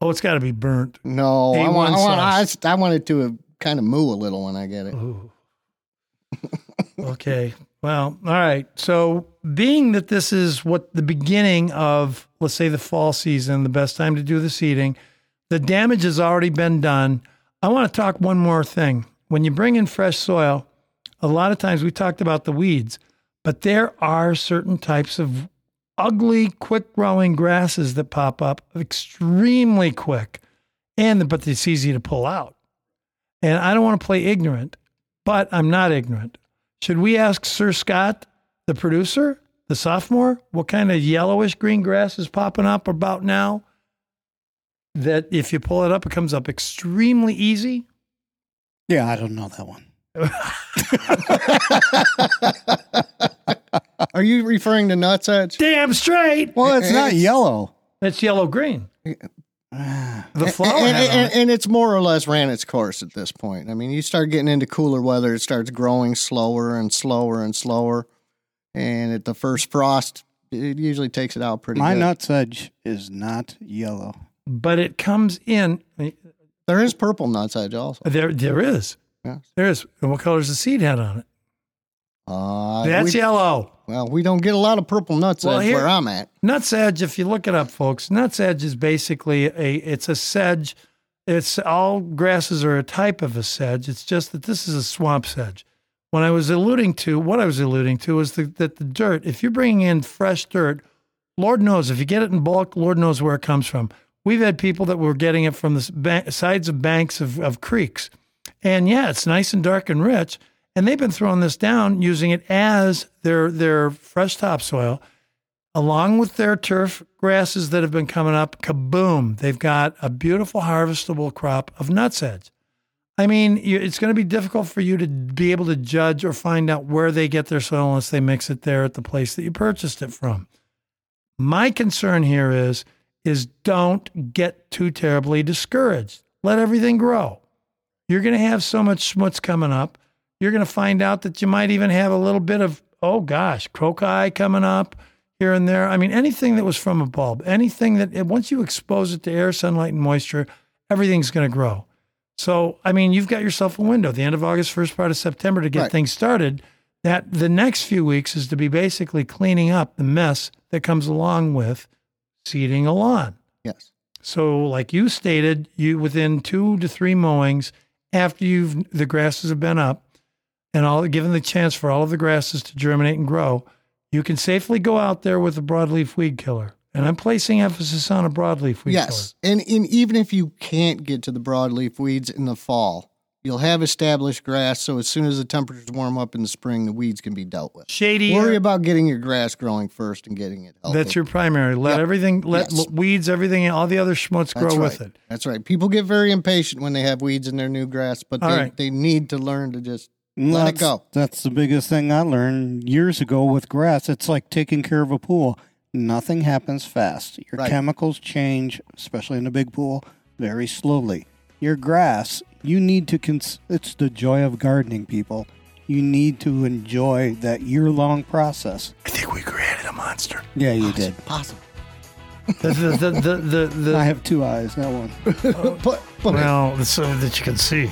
A: Oh, it's got to be burnt.
C: No, I
A: A1
C: want, I want, I,
A: sauce.
C: s- I want it to kind of moo a little when I get it. [LAUGHS]
A: Ooh. okay. Well, all right. So, being that this is what the beginning of, let's say, the fall season, the best time to do the seeding, the damage has already been done. I want to talk one more thing. When you bring in fresh soil, a lot of times we talked about the weeds, but there are certain types of ugly, quick growing grasses that pop up extremely quick. And, but it's easy to pull out. And I don't want to play ignorant, but I'm not ignorant. Should we ask Sir Scott, the producer, the sophomore, what kind of yellowish green grass is popping up about now? That if you pull it up, it comes up extremely easy.
B: Yeah, I don't know that one.
C: Are you referring to nuts edge?
A: Damn straight.
B: Well, it's not
C: It's-
B: yellow.
A: That's yellow green.
B: Ah,
A: The flower.
C: and,
A: had on
C: and,
A: it.
C: and it's more or less ran its course at this point. I mean, you start getting into cooler weather, it starts growing slower and slower and slower. And at the first frost, it usually takes it out pretty
B: My
C: good.
B: nuts edge is not yellow.
A: But it comes in.
C: There is purple nuts edge also.
A: There, there is.
C: Yeah.
A: There is. And what color is the seed head on it?
C: Uh,
A: That's
C: we,
A: yellow.
C: Well, we don't get a lot of purple nuts
A: Well,
C: edge
A: here-
C: where I'm at.
A: Nuts edge, if you look it up, folks, nuts edge is basically a it's a sedge. It's all grasses are a type of a sedge. It's just that this is a swamp sedge. When I was alluding to what I was alluding to is the, that the dirt. If you're bringing in fresh dirt, Lord knows if you get it in bulk, Lord knows where it comes from. We've had people that were getting it from the s- ba- sides of banks of, of creeks, and yeah, it's nice and dark and rich. And they've been throwing this down using it as their their fresh topsoil along with their turf grasses that have been coming up, kaboom, they've got a beautiful harvestable crop of nutsedge. I mean, you, it's going to be difficult for you to be able to judge or find out where they get their soil unless they mix it there at the place that you purchased it from. My concern here is is don't get too terribly discouraged. Let everything grow. You're going to have so much schmutz coming up. You're going to find out that you might even have a little bit of, oh gosh, crocus coming up here and there. I mean, anything that was from a bulb, anything that once you expose it to air, sunlight, and moisture, everything's going to grow. So, I mean, you've got yourself a window, the end of August, first part of September to get
C: Right.
A: things started. That the next few weeks is to be basically cleaning up the mess that comes along with seeding a lawn.
C: Yes.
A: So, like you stated, you within two to three mowings after you've the grasses have been up and all given the chance for all of the grasses to germinate and grow, you can safely go out there with a broadleaf weed killer. And I'm placing emphasis on a broadleaf weed
C: Yes. And, and even if you can't get to the broadleaf weeds in the fall, you'll have established grass. So as soon as the temperatures warm up in the spring, the weeds can be dealt with.
A: killer. Shady. uh,
C: Worry about getting your grass growing first and getting it healthy.
A: That's your primary. Let
C: Yep.
A: everything, let
C: Yes.
A: l- weeds, everything, all the other schmutz grow
C: That's right.
A: with it.
C: That's right. People get very impatient when they have weeds in their new grass, but they,
A: All right.
C: they need to learn to just
B: And
C: Let it
B: that's-
C: go.
B: That's the biggest thing I learned years ago with grass. It's like taking care of a pool. Nothing happens fast. Your
C: Right.
B: chemicals change, especially in a big pool, very slowly. Your grass, you need to cons- it's the joy of gardening, people. You need to enjoy that year-long process.
A: I think we created a monster.
B: Yeah, you did.
C: possible.
A: the, the, the, the, the,
C: [LAUGHS]
A: the,
B: I have two eyes, not one. [LAUGHS]
C: But, but
A: Well, so that you can see.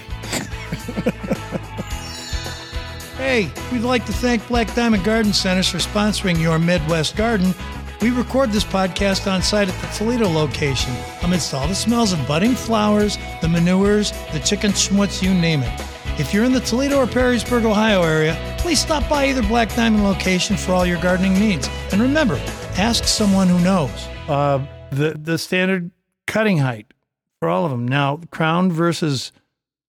A: hey, we'd like to thank Black Diamond Garden Centers for sponsoring Your Midwest Garden. We record this podcast on site at the Toledo location amidst all the smells of budding flowers, the manures, the chicken schmutz, you name it. If you're in the Toledo or Perrysburg, Ohio area, please stop by either Black Diamond location for all your gardening needs. And remember, ask someone who knows. Uh, the, the standard cutting height for all of them. Now, crown versus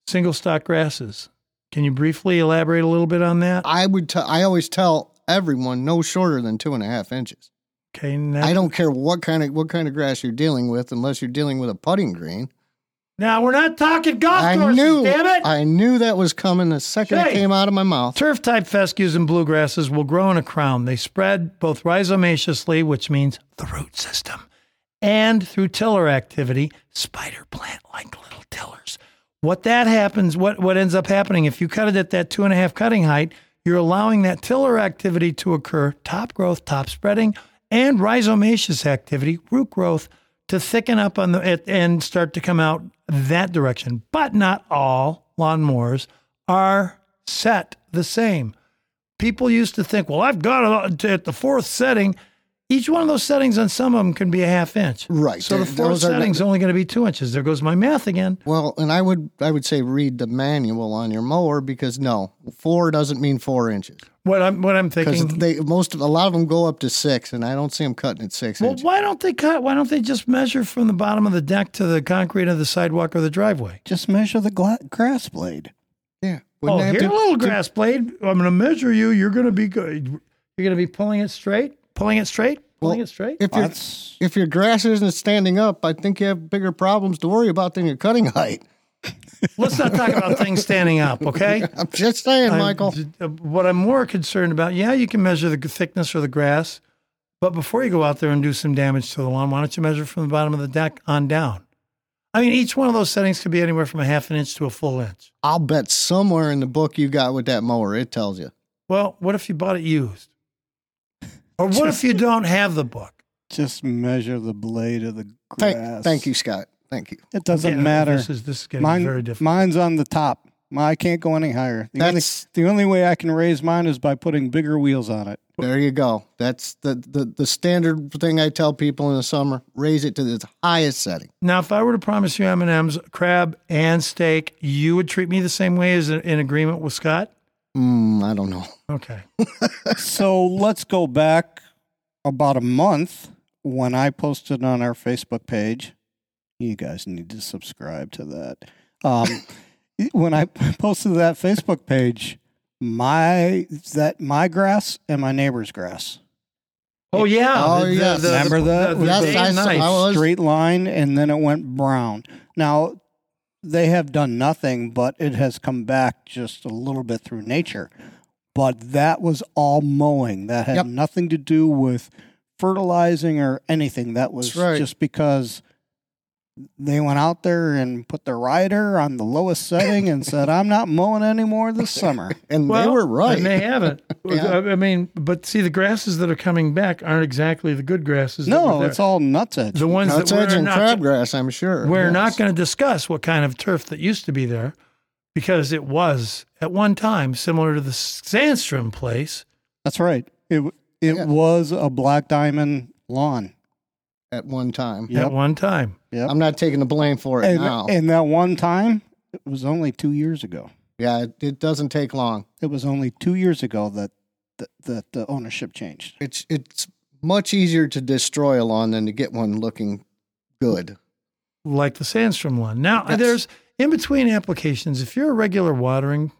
A: single stock grasses. Can you briefly elaborate a little bit on that?
C: I would. T- I always tell everyone no shorter than two and a half inches.
A: Okay, and that-
C: I don't care what kind of what kind of grass you're dealing with, unless you're dealing with a putting green.
A: Now we're not talking golf
C: I
A: courses,
C: knew.
A: damn it!
C: I knew that was coming the second
A: Shay.
C: it came out of my mouth.
A: Turf type fescues and bluegrasses will grow in a crown. They spread both rhizomaceously, which means the root system, and through tiller activity, spider plant like little tillers. What that happens, what, what ends up happening, if you cut it at that two and a half cutting height, you're allowing that tiller activity to occur, top growth, top spreading, and rhizomaceous activity, root growth, to thicken up on the at, and start to come out that direction. But not all lawnmowers are set the same. People used to think, well, I've got it at the fourth setting. Each one of those settings on some of them can be a half inch.
C: Right.
A: So the
C: Th-
A: fourth
C: those are not-
A: setting's only going to be two inches. There goes my math again.
C: Well, and I would I would say read the manual on your mower because no four doesn't mean four inches
A: What I'm what I'm
C: because
A: thinking.
C: they most of, a lot of them go up to six, and I don't see them cutting at six
A: Well,
C: inches.
A: why don't they cut? Why don't they just measure from the bottom of the deck to the concrete of the sidewalk or the driveway?
B: Just measure the gla- grass blade.
C: Yeah.
A: Oh,
C: Wouldn't they have
A: here,
C: to-
A: little grass blade. I'm going to measure you. You're going to be good. You're going to be pulling it straight, pulling it straight, pulling
C: Well,
A: it straight.
C: If your
B: That's
C: if your grass isn't standing up, I think you have bigger problems to worry about than your cutting height. [LAUGHS]
A: Let's not talk about things standing up,
C: [LAUGHS]
A: okay?
C: I'm just saying,
A: I'm-
C: Michael.
A: uh, What I'm more concerned about, yeah, you can measure the g- thickness of the grass, but before you go out there and do some damage to the lawn, why don't you measure from the bottom of the deck on down? I mean, each one of those settings could be anywhere from a half an inch to a full inch.
C: I'll bet somewhere in the book you got with that mower, it tells you.
A: Well, what if you bought it used? Or what if you don't have the book?
B: Just measure the blade of the grass.
C: Thank, thank you, Scott. Thank you.
B: It doesn't
A: Yeah,
B: matter.
A: This is, this is getting
B: Mine,
A: very difficult.
B: mine's on the top. My, I can't go any higher. The only,
C: That's-
B: the only way I can raise mine is by putting bigger wheels on it.
C: There you go. That's the, the, the standard thing I tell people in the summer. Raise it to its highest setting.
A: Now, if I were to promise you M and M's, crab, and steak, you would treat me the same way as in agreement with Scott.
C: Mm, I don't know.
A: Okay.
B: so let's go back about a month when I posted on our Facebook page. You guys need to subscribe to that. Um, [LAUGHS] when I posted to that Facebook page, my that my grass and my neighbor's grass
A: Oh yeah.
C: Oh, yeah.
B: Remember that?
C: Yes,
A: day
C: I
A: and
C: saw-
A: night.
C: I was-
B: straight line, and then it went brown. Now they have done nothing, but it has come back just a little bit through nature. But that was all mowing. That had
C: Yep.
B: nothing to do with fertilizing or anything. That was
C: That's right.
B: just because they went out there and put the rider on the lowest setting and said, "I'm not mowing anymore
C: [LAUGHS]
B: this summer."
C: And they
A: Well,
C: were right.
A: And they haven't.
C: [LAUGHS] Yeah.
A: I I mean, but see, the grasses that are coming back aren't exactly the good grasses. that were
B: no,
A: there.
B: it's all nuts
A: the ones
C: Nuts
A: that
C: edge
A: we're
C: and
A: not.
C: crabgrass, I'm sure.
A: we're
C: Yes.
A: not going to discuss what kind of turf that used to be there, because it was at one time similar to the Sandstrom place.
B: That's right. It w- it
C: Yeah.
B: was a black diamond lawn.
C: at one time.
B: Yep.
A: At one time,
B: Yep.
C: I'm not taking the blame for it
B: and,
C: now.
B: and that one time, it was only two years ago.
C: yeah, it, it doesn't take long.
B: It was only two years ago that that, that the ownership changed.
C: It's it's much easier to destroy a lawn than to get one looking good.
A: like the Sandstrom one. Now
C: Yes.
A: there's in between applications. If you're a regular watering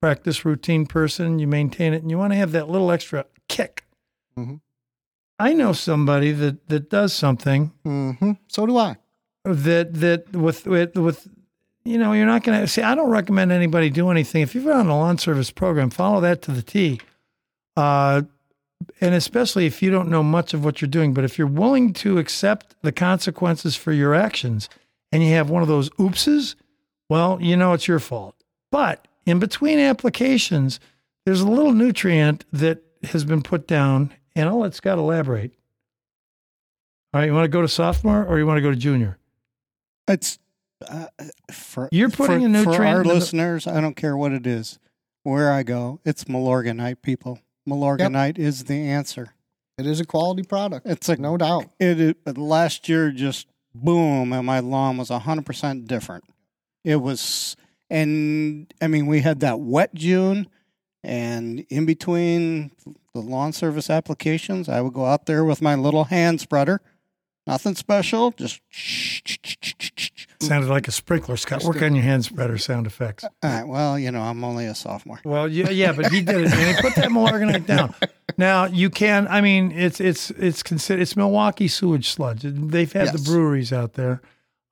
A: practice routine person, you maintain it, and you want to have that little extra kick.
C: Mhm.
A: I know somebody that that does something Mm-hmm.
C: hmm So do I.
A: that that with with with you know you're not going to see. I don't recommend anybody do anything. If you've been on the lawn service program, follow that to the T. Uh, and especially if you don't know much of what you're doing, but if you're willing to accept the consequences for your actions, and you have one of those oopses, well, you know it's your fault. But in between applications, there's a little nutrient that has been put down, and I'll let Scott elaborate. All right, you want to go to sophomore or you want to go to junior?
B: It's uh, for
A: You're putting
B: for,
A: a nutrient
B: for our
A: into the-
B: listeners. I don't care what it is, where I go, it's Milorganite people. Milorganite is the answer.
C: It is a quality product.
B: It's a
C: no doubt.
B: It, it but last year just boom, and my lawn was hundred percent different. It was, and I mean, we had that wet June, and in between the lawn service applications, I would go out there with my little hand spreader, nothing special, just.
A: Sounded like a sprinkler, Scott. Work on your hand spreader sound effects.
B: All right, well, you know, I'm only a sophomore.
A: Well, yeah, yeah, but he did it, man. He put that Milorganite [LAUGHS] down. Now you can. I mean, it's it's it's considered it's Milwaukee sewage sludge. They've had the
C: Yes.
A: breweries out there.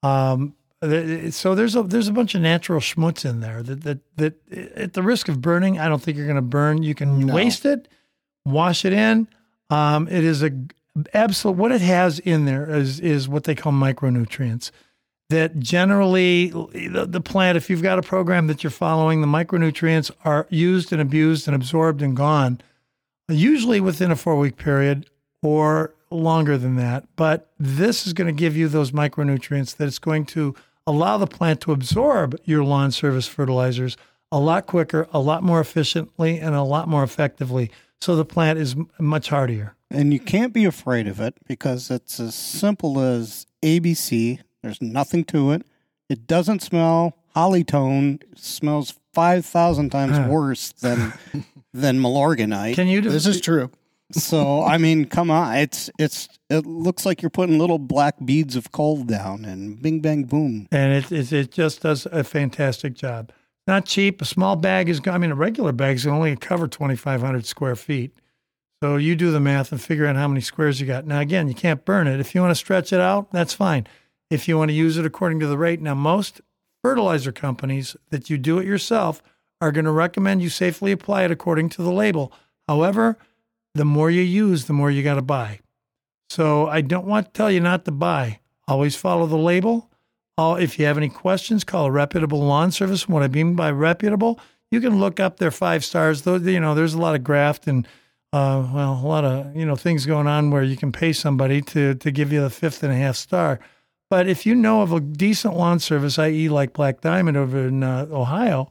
A: Um, th- so there's a there's a bunch of natural schmutz in there that that that at the risk of burning, I don't think you're going to burn. You can
C: No.
A: waste it, wash it in. Um, it is a absolute. What it has in there is is what they call micronutrients that generally the, the plant, if you've got a program that you're following, the micronutrients are used and abused and absorbed and gone, usually within a four week period or longer than that. But this is going to give you those micronutrients that it's going to allow the plant to absorb your lawn service fertilizers a lot quicker, a lot more efficiently, and a lot more effectively. So the plant is m- much hardier.
B: And you can't be afraid of it because it's as simple as ABC. There's nothing to it. It doesn't smell hollytone. It smells five thousand times
A: Huh. [LAUGHS]
B: worse than than Milorganite.
A: Can you do
C: This is true.
B: so I mean, come on. It's it's it looks like you're putting little black beads of coal down and bing bang boom.
A: and it, it it just does a fantastic job. Not cheap. A small bag is. go- I mean, a regular bag is only cover twenty five hundred square feet. So you do the math and figure out how many squares you got. Now again, you can't burn it. If you want to stretch it out, that's fine. If you want to use it according to the rate, now most fertilizer companies that you do it yourself are going to recommend you safely apply it according to the label. However, the more you use, the more you got to buy. So I don't want to tell you not to buy. Always follow the label. All, if you have any questions, call a reputable lawn service. And What I mean by reputable, you can look up their five stars. Though you know, there's a lot of graft and uh, well, a lot of you know things going on where you can pay somebody to to give you the fifth and a half star. But if you know of a decent lawn service, i.e., like Black Diamond over in uh, Ohio,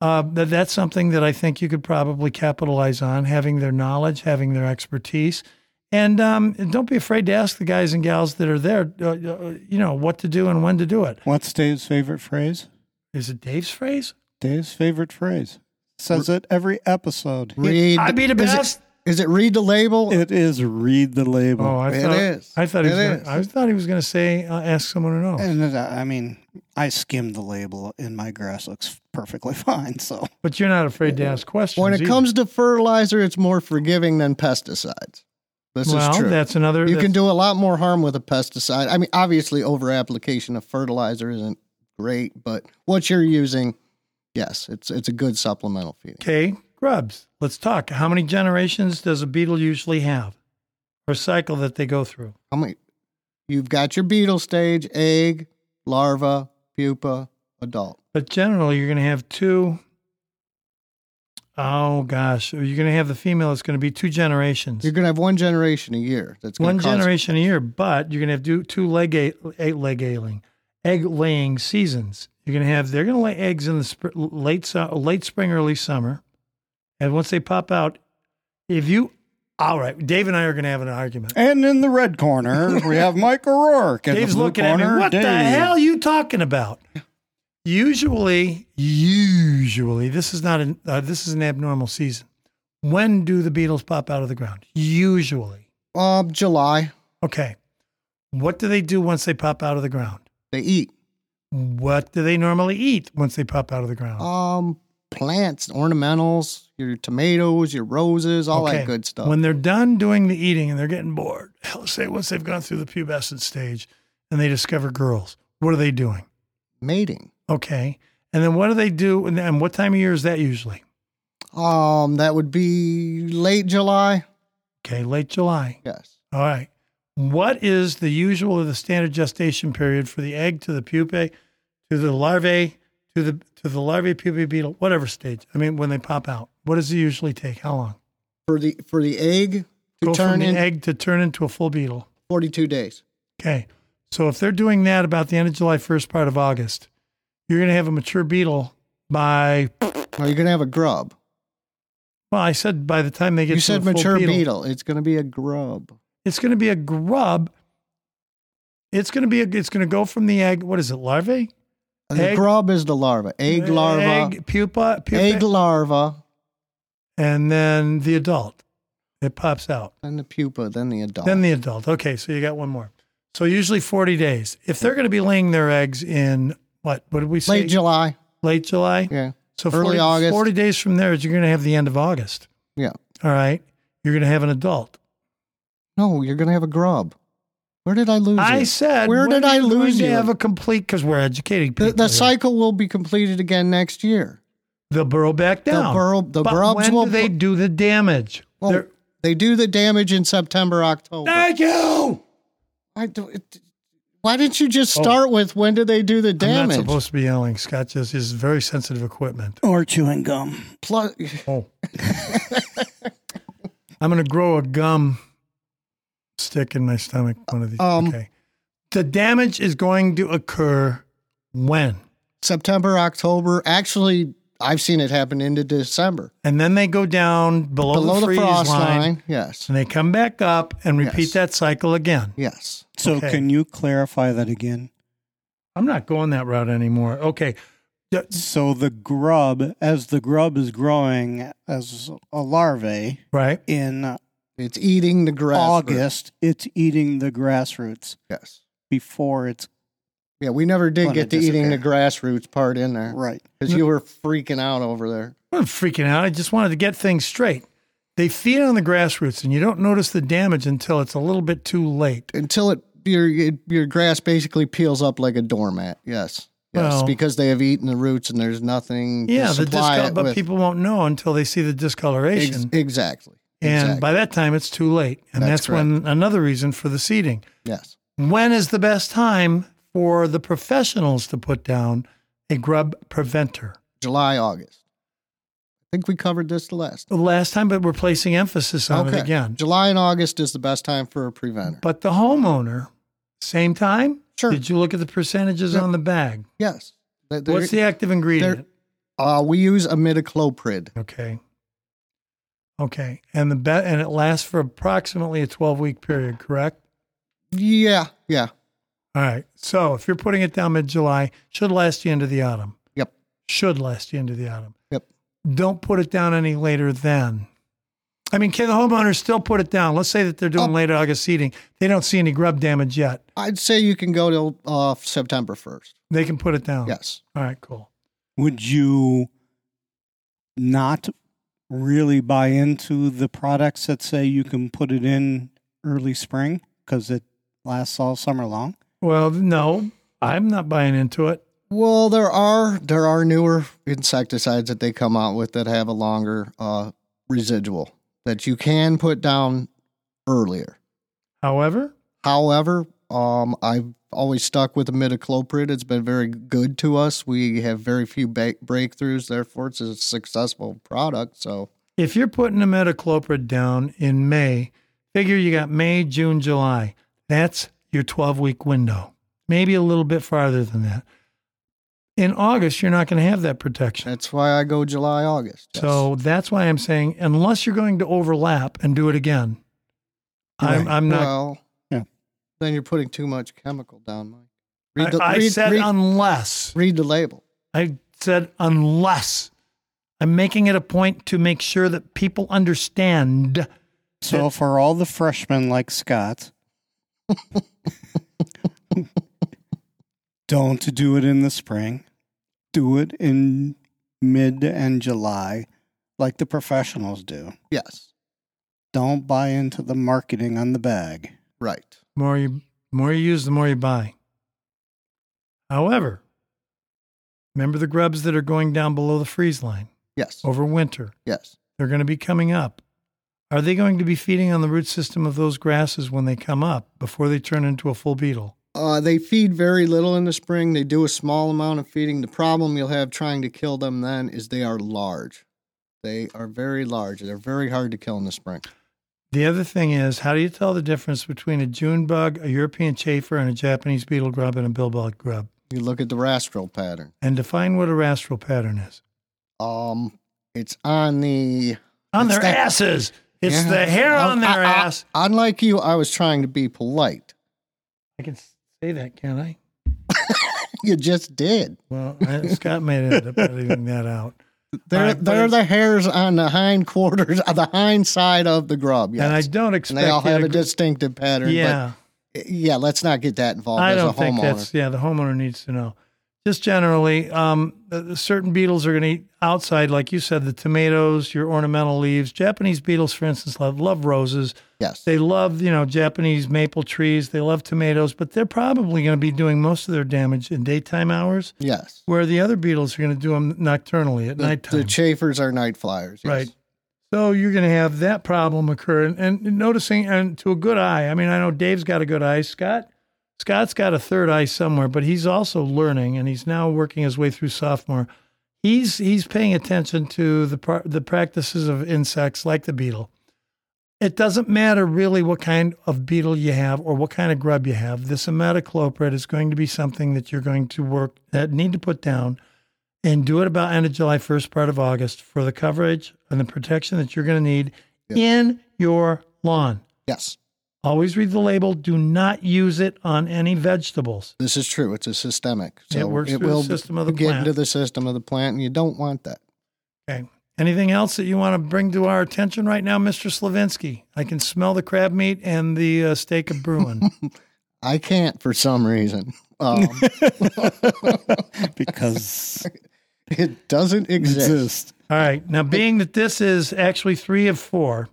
A: uh, that that's something that I think you could probably capitalize on, having their knowledge, having their expertise, and um, don't be afraid to ask the guys and gals that are there, uh, uh, you know, what to do and when to do it.
B: What's Dave's favorite phrase?
A: Is it Dave's phrase?
B: Dave's favorite phrase says it every episode.
C: Read.
A: I be the
C: is it-
A: best.
C: Is it read the label?
B: It is read the label.
A: Oh, I
C: It
A: thought
C: is.
A: I thought he was
C: It
A: gonna, I
C: is.
A: thought he was going to say uh, ask someone who knows.
B: And uh, I mean, I skimmed the label, and my grass looks perfectly [LAUGHS] fine. So
A: But you're not afraid to ask questions.
C: when it
A: either.
C: comes to fertilizer, it's more forgiving than pesticides. This
A: well,
C: is true.
A: that's another.
C: you can
A: that's-
C: do a lot more harm with a pesticide. I mean, obviously, over application of fertilizer isn't great, but what you're using, yes, it's it's a good supplemental feeding.
A: Okay, grubs. Let's talk. How many generations does a beetle usually have, or cycle that they go through?
C: How many? You've got your beetle stage, egg, larva, pupa, adult.
A: But generally, you're going to have two oh gosh, you're going to have the female. It's going to be two generations,
C: You're gonna have one generation a year. That's gonna
A: one
C: cause-
A: generation a year. But you're going to have two, two leg a- eight leg ailing, egg laying seasons. You're going to have they're going to lay eggs in the sp- late su- late spring, early summer, and once they pop out, if you all right, Dave and I are going to have an argument.
B: And in the red corner,
A: [LAUGHS]
B: we have Mike O'Rourke. In
A: Dave's
B: the blue
A: looking
B: corner,
A: at me. What
B: Dave.
A: the hell are you talking about? Usually, usually, this is not an uh, this is an abnormal season. When do the beetles pop out of the ground? Usually,
C: Um, July.
A: okay. What do they do once they pop out of the ground?
C: They eat
A: What do they normally eat once they pop out of the ground?
C: um plants, ornamentals, your tomatoes, your roses, all
A: Okay.
C: that good stuff.
A: When they're done doing the eating and they're getting bored, [LAUGHS] hell, say once they've gone through the pubescent stage and they discover girls, what are they doing?
C: Mating.
A: Okay. And then what do they do? And, and what time of year is that usually?
C: Um, that would be late July.
A: Okay, late July.
C: Yes.
A: All right. What is the usual or the standard gestation period for the egg to the pupae, to the larvae, to the to the larvae pupae beetle, whatever stage? I mean, when they pop out, what does it usually take? How long?
C: For the for the egg to
A: Go from
C: turn
A: the
C: in
A: egg to turn into a full beetle.
C: 42 days.
A: Okay. So if they're doing that about the end of July, first part of August, you're going to have a mature beetle by.
C: Are you going to have a grub?
A: Well, I said by the time they get
C: You
A: to
C: said
A: a full
C: mature beetle.
A: beetle.
C: It's going to be a grub.
A: It's going to be a grub. It's going to be. A, it's going to go from the egg. What is it? Larvae.
C: A
A: Egg-
C: grub is the larva. Egg larva. Egg,
A: egg pupa, pupa
C: larva.
A: and then the adult. It pops out.
C: Then the pupa. Then the adult.
A: Then the adult. Okay, so you got one more. So usually forty days. If they're going to be laying their eggs in what? What did we say?
C: late July.
A: Late July.
C: Yeah.
A: So
C: Early August.
A: Forty days from there, you're going to have the end of August.
C: Yeah.
A: All right. You're going to have an adult.
C: No, you're going to have a grub. Where did I lose
A: I
C: you?
A: said.
C: Where
A: when
C: did
A: are
C: I
A: you going
C: lose
A: to
C: you?
A: Have a complete because we're educating people.
C: the, the
A: here.
C: cycle will be completed again next year.
A: They'll burrow back down.
C: burrow- the
A: but
C: grubs
A: when
C: will
A: do they
C: pu-
A: do the damage?
C: Well,
A: They're-
C: they do the damage in September, October.
A: Thank you.
C: I do, it, why didn't you just start with when do they do the
A: Oh. I'm not
C: damage?
A: supposed to be yelling. Scott just is very sensitive equipment.
B: Or chewing gum.
C: Plus, [LAUGHS]
A: Oh. I'm going to grow a gum stick in my stomach one of these.
C: Um,
A: okay. The damage is going to occur when?
C: September, October. Actually, I've seen it happen into December.
A: And then they go down below,
C: Below
A: the
C: the
A: freeze
C: frost
A: line,
C: line. Yes.
A: and they come back up and repeat
C: Yes.
A: that cycle again.
C: Yes.
B: So
A: Okay.
B: can you clarify that again?
A: I'm not going that route anymore. Okay. D-
B: So the grub, as the grub is growing as a larvae
A: Right.
B: in
C: It's eating the grass.
B: August, it's eating the grass roots
C: Yes.
B: before it's
C: Yeah, we never did
B: Gonna
C: get the eating the
B: disappear.
C: grassroots part in there
B: right.
C: because you were freaking out over there.
A: I'm not freaking out. I just wanted to get things straight. They feed on the grass roots, and you don't notice the damage until it's a little bit too late.
C: Until it your your grass basically peels up like a doormat. Yes. Yes,
A: Well-
C: because they have eaten the roots and there's nothing.
A: Yeah,
C: to
A: the
C: supply
A: discolor,
C: it
A: but
C: with.
A: people won't know until they see the discoloration.
C: Ex- exactly.
A: and
C: exactly.
A: by that time, it's too late. And that's,
C: That's
A: when another reason for the seeding.
C: yes,
A: When is the best time for the professionals to put down a grub preventer?
C: July, August. I think we covered this the last.
A: The last time, but we're placing emphasis on it again.
C: July and August is the best time for a preventer.
A: But the homeowner, same time?
C: Sure.
A: Did you look at the percentages
C: Yep.
A: on the bag?
C: yes. Th- there-
A: What's the active ingredient?
C: uh, we use imidacloprid.
A: Okay. Okay. And the bet and it lasts for approximately a 12 week period, correct?
C: Yeah, yeah.
A: All right. So if you're putting it down mid July, should last you into the autumn.
C: Yep.
A: Should last you into the autumn.
C: Yep.
A: Don't put it down any later than. I mean, can the homeowners still put it down? Let's say that they're doing
C: Oh.
A: late August seeding. They don't see any grub damage yet.
C: I'd say you can go till uh, September 1st.
A: They can put it down.
C: Yes.
A: All right, cool.
B: Would you not really buy into the products that say you can put it in early spring because it lasts all summer long?
A: Well, no, I'm not buying into it.
C: Well, there are there are newer insecticides that they come out with that have a longer uh, residual that you can put down earlier.
A: However,
C: However, um, I've always stuck with imidacloprid. It's been very good to us. We have very few ba- breakthroughs, therefore it's a successful product. So
A: If you're putting a metacloprid down in May, figure you got May, June, July. That's your 12 week window. Maybe a little bit farther than that. In August, you're not going to have that protection.
C: that's why I go July August. Yes.
A: So that's why I'm saying, unless you're going to overlap and do it again, I'm,
B: Right.
A: I'm not.
C: well,
B: Yeah.
C: then you're putting too much chemical down, Mike.
A: I, I said
C: read-
A: unless.
C: read the label.
A: I said unless. I'm making it a point to make sure that people understand.
B: So, for all the freshmen like Scott, [LAUGHS] don't do it in the spring. Do it in mid and July, like the professionals do.
C: Yes,
B: Don't buy into the marketing on the bag. [LAUGHS]
C: right.
A: The more you the more you use, the more you buy. However, remember the grubs that are going down below the freeze line
C: Yes,
A: over winter.
C: yes.
A: They're going to be coming up. Are they going to be feeding on the root system of those grasses when they come up before they turn into a full beetle?
C: Uh, they feed very little in the spring. They do a small amount of feeding. The problem you'll have trying to kill them then is they are large. They are very large. They're very hard to kill in the spring.
A: The other thing is, how do you tell the difference between a June bug, a European chafer, and a Japanese beetle grub and a billbug grub?
C: You look at the rastral pattern.
A: And define what a rastral pattern is.
C: Um, it's on the
A: On
C: It's
A: their
C: that-
A: asses. It's
C: Yeah.
A: the hair
C: Um,
A: on their
C: I- I-
A: ass.
C: unlike you, I was trying to be polite. [LAUGHS]
A: I can say that, can't I?
C: You just did.
A: Well, I- Scott may end up leaving that out.
C: They're
A: Alright, but
C: they're
A: it's-
C: the hairs on the hind quarters, on [LAUGHS] the hind side of the grub. [LAUGHS] Yes.
A: And I don't
C: And
A: expect
C: they all
A: you
C: have
A: to
C: a
A: gr-
C: distinctive pattern.
A: Yeah,
C: But yeah, let's not get that involved
A: I
C: as
A: don't
C: a homeowner.
A: think that's yeah. The homeowner needs to know. Just generally, um, uh, certain beetles are going to eat outside, like you said, the tomatoes, your ornamental leaves. Japanese beetles, for instance, love love roses.
C: yes.
A: They love you know Japanese maple trees. They love tomatoes, but they're probably going to be doing most of their damage in daytime hours,
C: yes.
A: where the other beetles are going to do them nocturnally at
C: The,
A: nighttime.
C: the chafers are night flyers. yes.
A: Right. So you're going to have that problem occur, and, and noticing, and to a good eye. I mean, I know Dave's got a good eye. Scott, Scott's got a third eye somewhere, but he's also learning, and he's now working his way through sophomore. He's he's paying attention to the par- the practices of insects like the beetle. It doesn't matter really what kind of beetle you have or what kind of grub you have. This imidacloprid is going to be something that you're going to work that need to put down and do it about end of July, first part of August for the coverage and the protection that you're going to need in your lawn.
C: Yes.
A: Always read the label. Do not use it on any vegetables.
C: This is true. It's a systemic. So
A: It works through the system of the
C: get
A: plant.
C: into the system of the plant, and you don't want that.
A: Okay. Anything else that you want to bring to our attention right now, Mr. Slavinsky? I can smell the crab meat and the uh, steak of
C: [LAUGHS]
A: Bruin.
C: I can't for some reason.
A: [LAUGHS]
C: Um,
B: because
C: it doesn't exist.
B: exist.
A: All right. Now, being that this is actually three of four,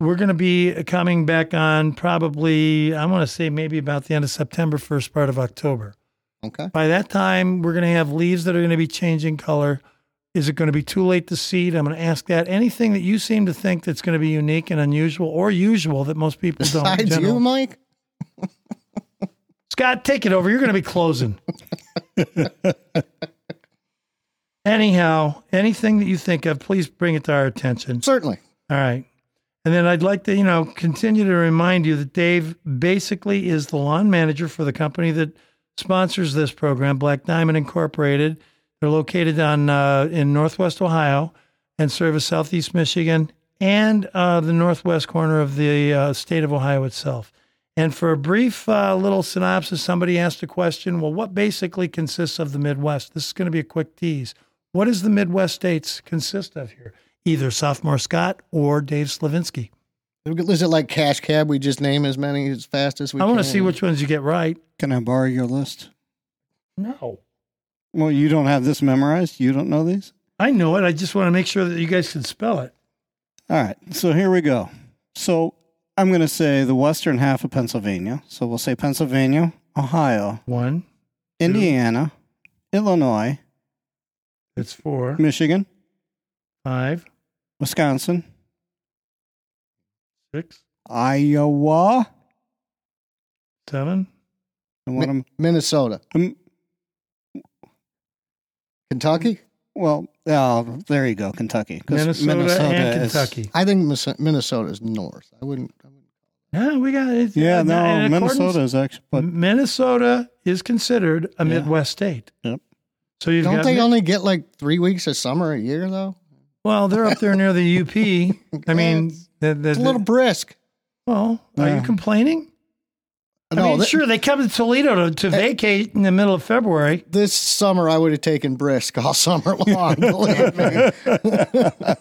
A: we're going to be coming back on probably, I want to say maybe about the end of September, first part of October.
C: Okay.
A: By that time, we're going to have leaves that are going to be changing color. Is it going to be too late to seed? I'm going to ask that. Anything that you seem to think that's going to be unique and unusual or usual that most people don't. in
C: Besides
A: general.
C: you, Mike?
A: Scott, take it over. You're going to be
C: [LAUGHS]
A: closing. Anyhow, anything that you think of, please bring it to our attention.
C: Certainly.
A: All right. And then I'd like to, you know, continue to remind you that Dave basically is the lawn manager for the company that sponsors this program, Black Diamond Incorporated. They're located on uh, in Northwest Ohio and service Southeast Michigan and uh, the northwest corner of the uh, state of Ohio itself. And for a brief uh, little synopsis, somebody asked a question. Well, what basically consists of the Midwest? This is going to be a quick tease. What does the Midwest states consist of here? Either sophomore Scott or Dave Slavinsky.
C: Is it like Cash Cab? We just name as many as fast as we
A: I
C: can.
A: want to see which ones you get right.
B: Can I borrow your list?
A: No,
B: Well, you don't have this memorized. You don't know these?
A: I know it. I just want to make sure that you guys can spell it.
B: All right. So here we go. So I'm going to say the western half of Pennsylvania. So we'll say Pennsylvania, Ohio,
A: One,
B: Indiana, Illinois,
A: that's four,
B: Michigan,
A: five,
B: Wisconsin,
A: six,
B: Iowa.
A: seven,
B: And what I'm,
C: Minnesota,
B: I'm- um,
C: Kentucky.
B: well, oh, there you go, Kentucky. 'Cause
A: Minnesota, and
B: is-
A: Kentucky.
C: I think Mis- Minnesota is north. I wouldn't. I wouldn't
A: No, we got it.
B: yeah,
A: uh,
B: no,
A: in accordance-
B: Minnesota is actually, but
A: Minnesota is considered a
B: Yeah.
A: Midwest state.
B: Yep.
A: So you've
C: don't
A: got
C: they
A: Mi-
C: only get like three weeks of summer a year though?
A: well, they're up there near the UP. I mean, the, the,
C: It's a little
A: the-
C: brisk.
A: well, are you
B: Yeah.
A: complaining? I
C: no,
A: mean,
C: th-
A: sure, they come to Toledo to, to vacate in the middle of February.
C: this summer I would have taken brisk all [LAUGHS] summer long.
A: [LAUGHS]
C: believe me.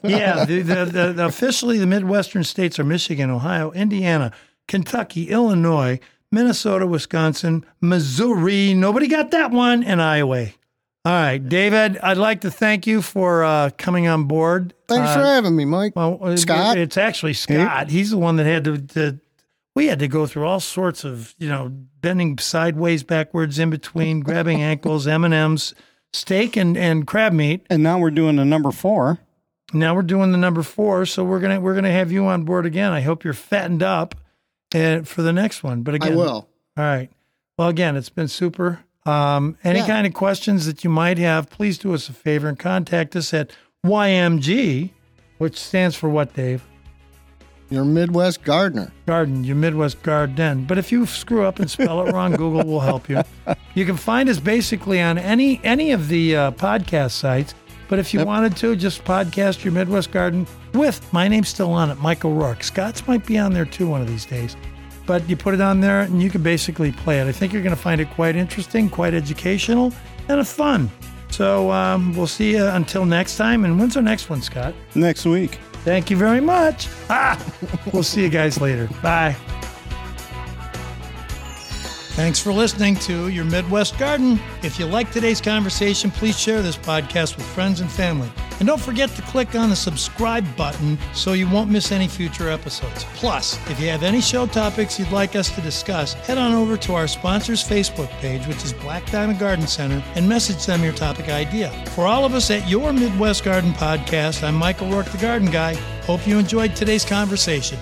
A: Yeah, the, the, the, the- officially the Midwestern states are Michigan, Ohio, Indiana, Kentucky, Illinois, Minnesota, Wisconsin, Missouri. Nobody got that one, and Iowa. All right, David, I'd like to thank you for uh, coming on board.
C: Thanks
A: Uh,
C: for having me, Mike.
A: Well, uh, it-
C: Scott?
A: it's actually Scott. He's the one that had to, to. We had to go through all sorts of, you know, bending sideways, backwards, in between, grabbing ankles, M and M's, steak, and and crab meat.
B: and now we're doing the number four.
A: Now we're doing the number four, so we're gonna we're gonna have you on board again. I hope you're fattened up, and for the next one. But
C: I
A: again,
C: will.
A: all right. Well, again, it's been super. Um, any
C: Yeah.
A: kind of questions that you might have, please do us a favor and contact us at YMG, which stands for what, Dave?
C: Your Midwest gardener.
A: Garden, your Midwest Garden. But if you screw up and spell it wrong, Google will help you. You can find us basically on any any of the uh, podcast sites. But if you wanted to, just podcast your Midwest Garden with my name's still on it, Michael Rourke. Scott's might be on there too one of these days. But you put it on there and you can basically play it. I think you're going to find it quite interesting, quite educational, and fun. So um, we'll see you until next time. And when's our next one, Scott?
B: Next week.
A: Thank you very much. [LAUGHS] Ah, we'll see you guys later. Bye. Thanks for listening to Your Midwest Garden. If you like today's conversation, please share this podcast with friends and family. And don't forget to click on the subscribe button so you won't miss any future episodes. Plus, if you have any show topics you'd like us to discuss, head on over to our sponsor's Facebook page, which is Black Diamond Garden Center, and message them your topic idea. For all of us at Your Midwest Garden Podcast, I'm Michael Rourke, the Garden Guy. Hope you enjoyed today's conversation.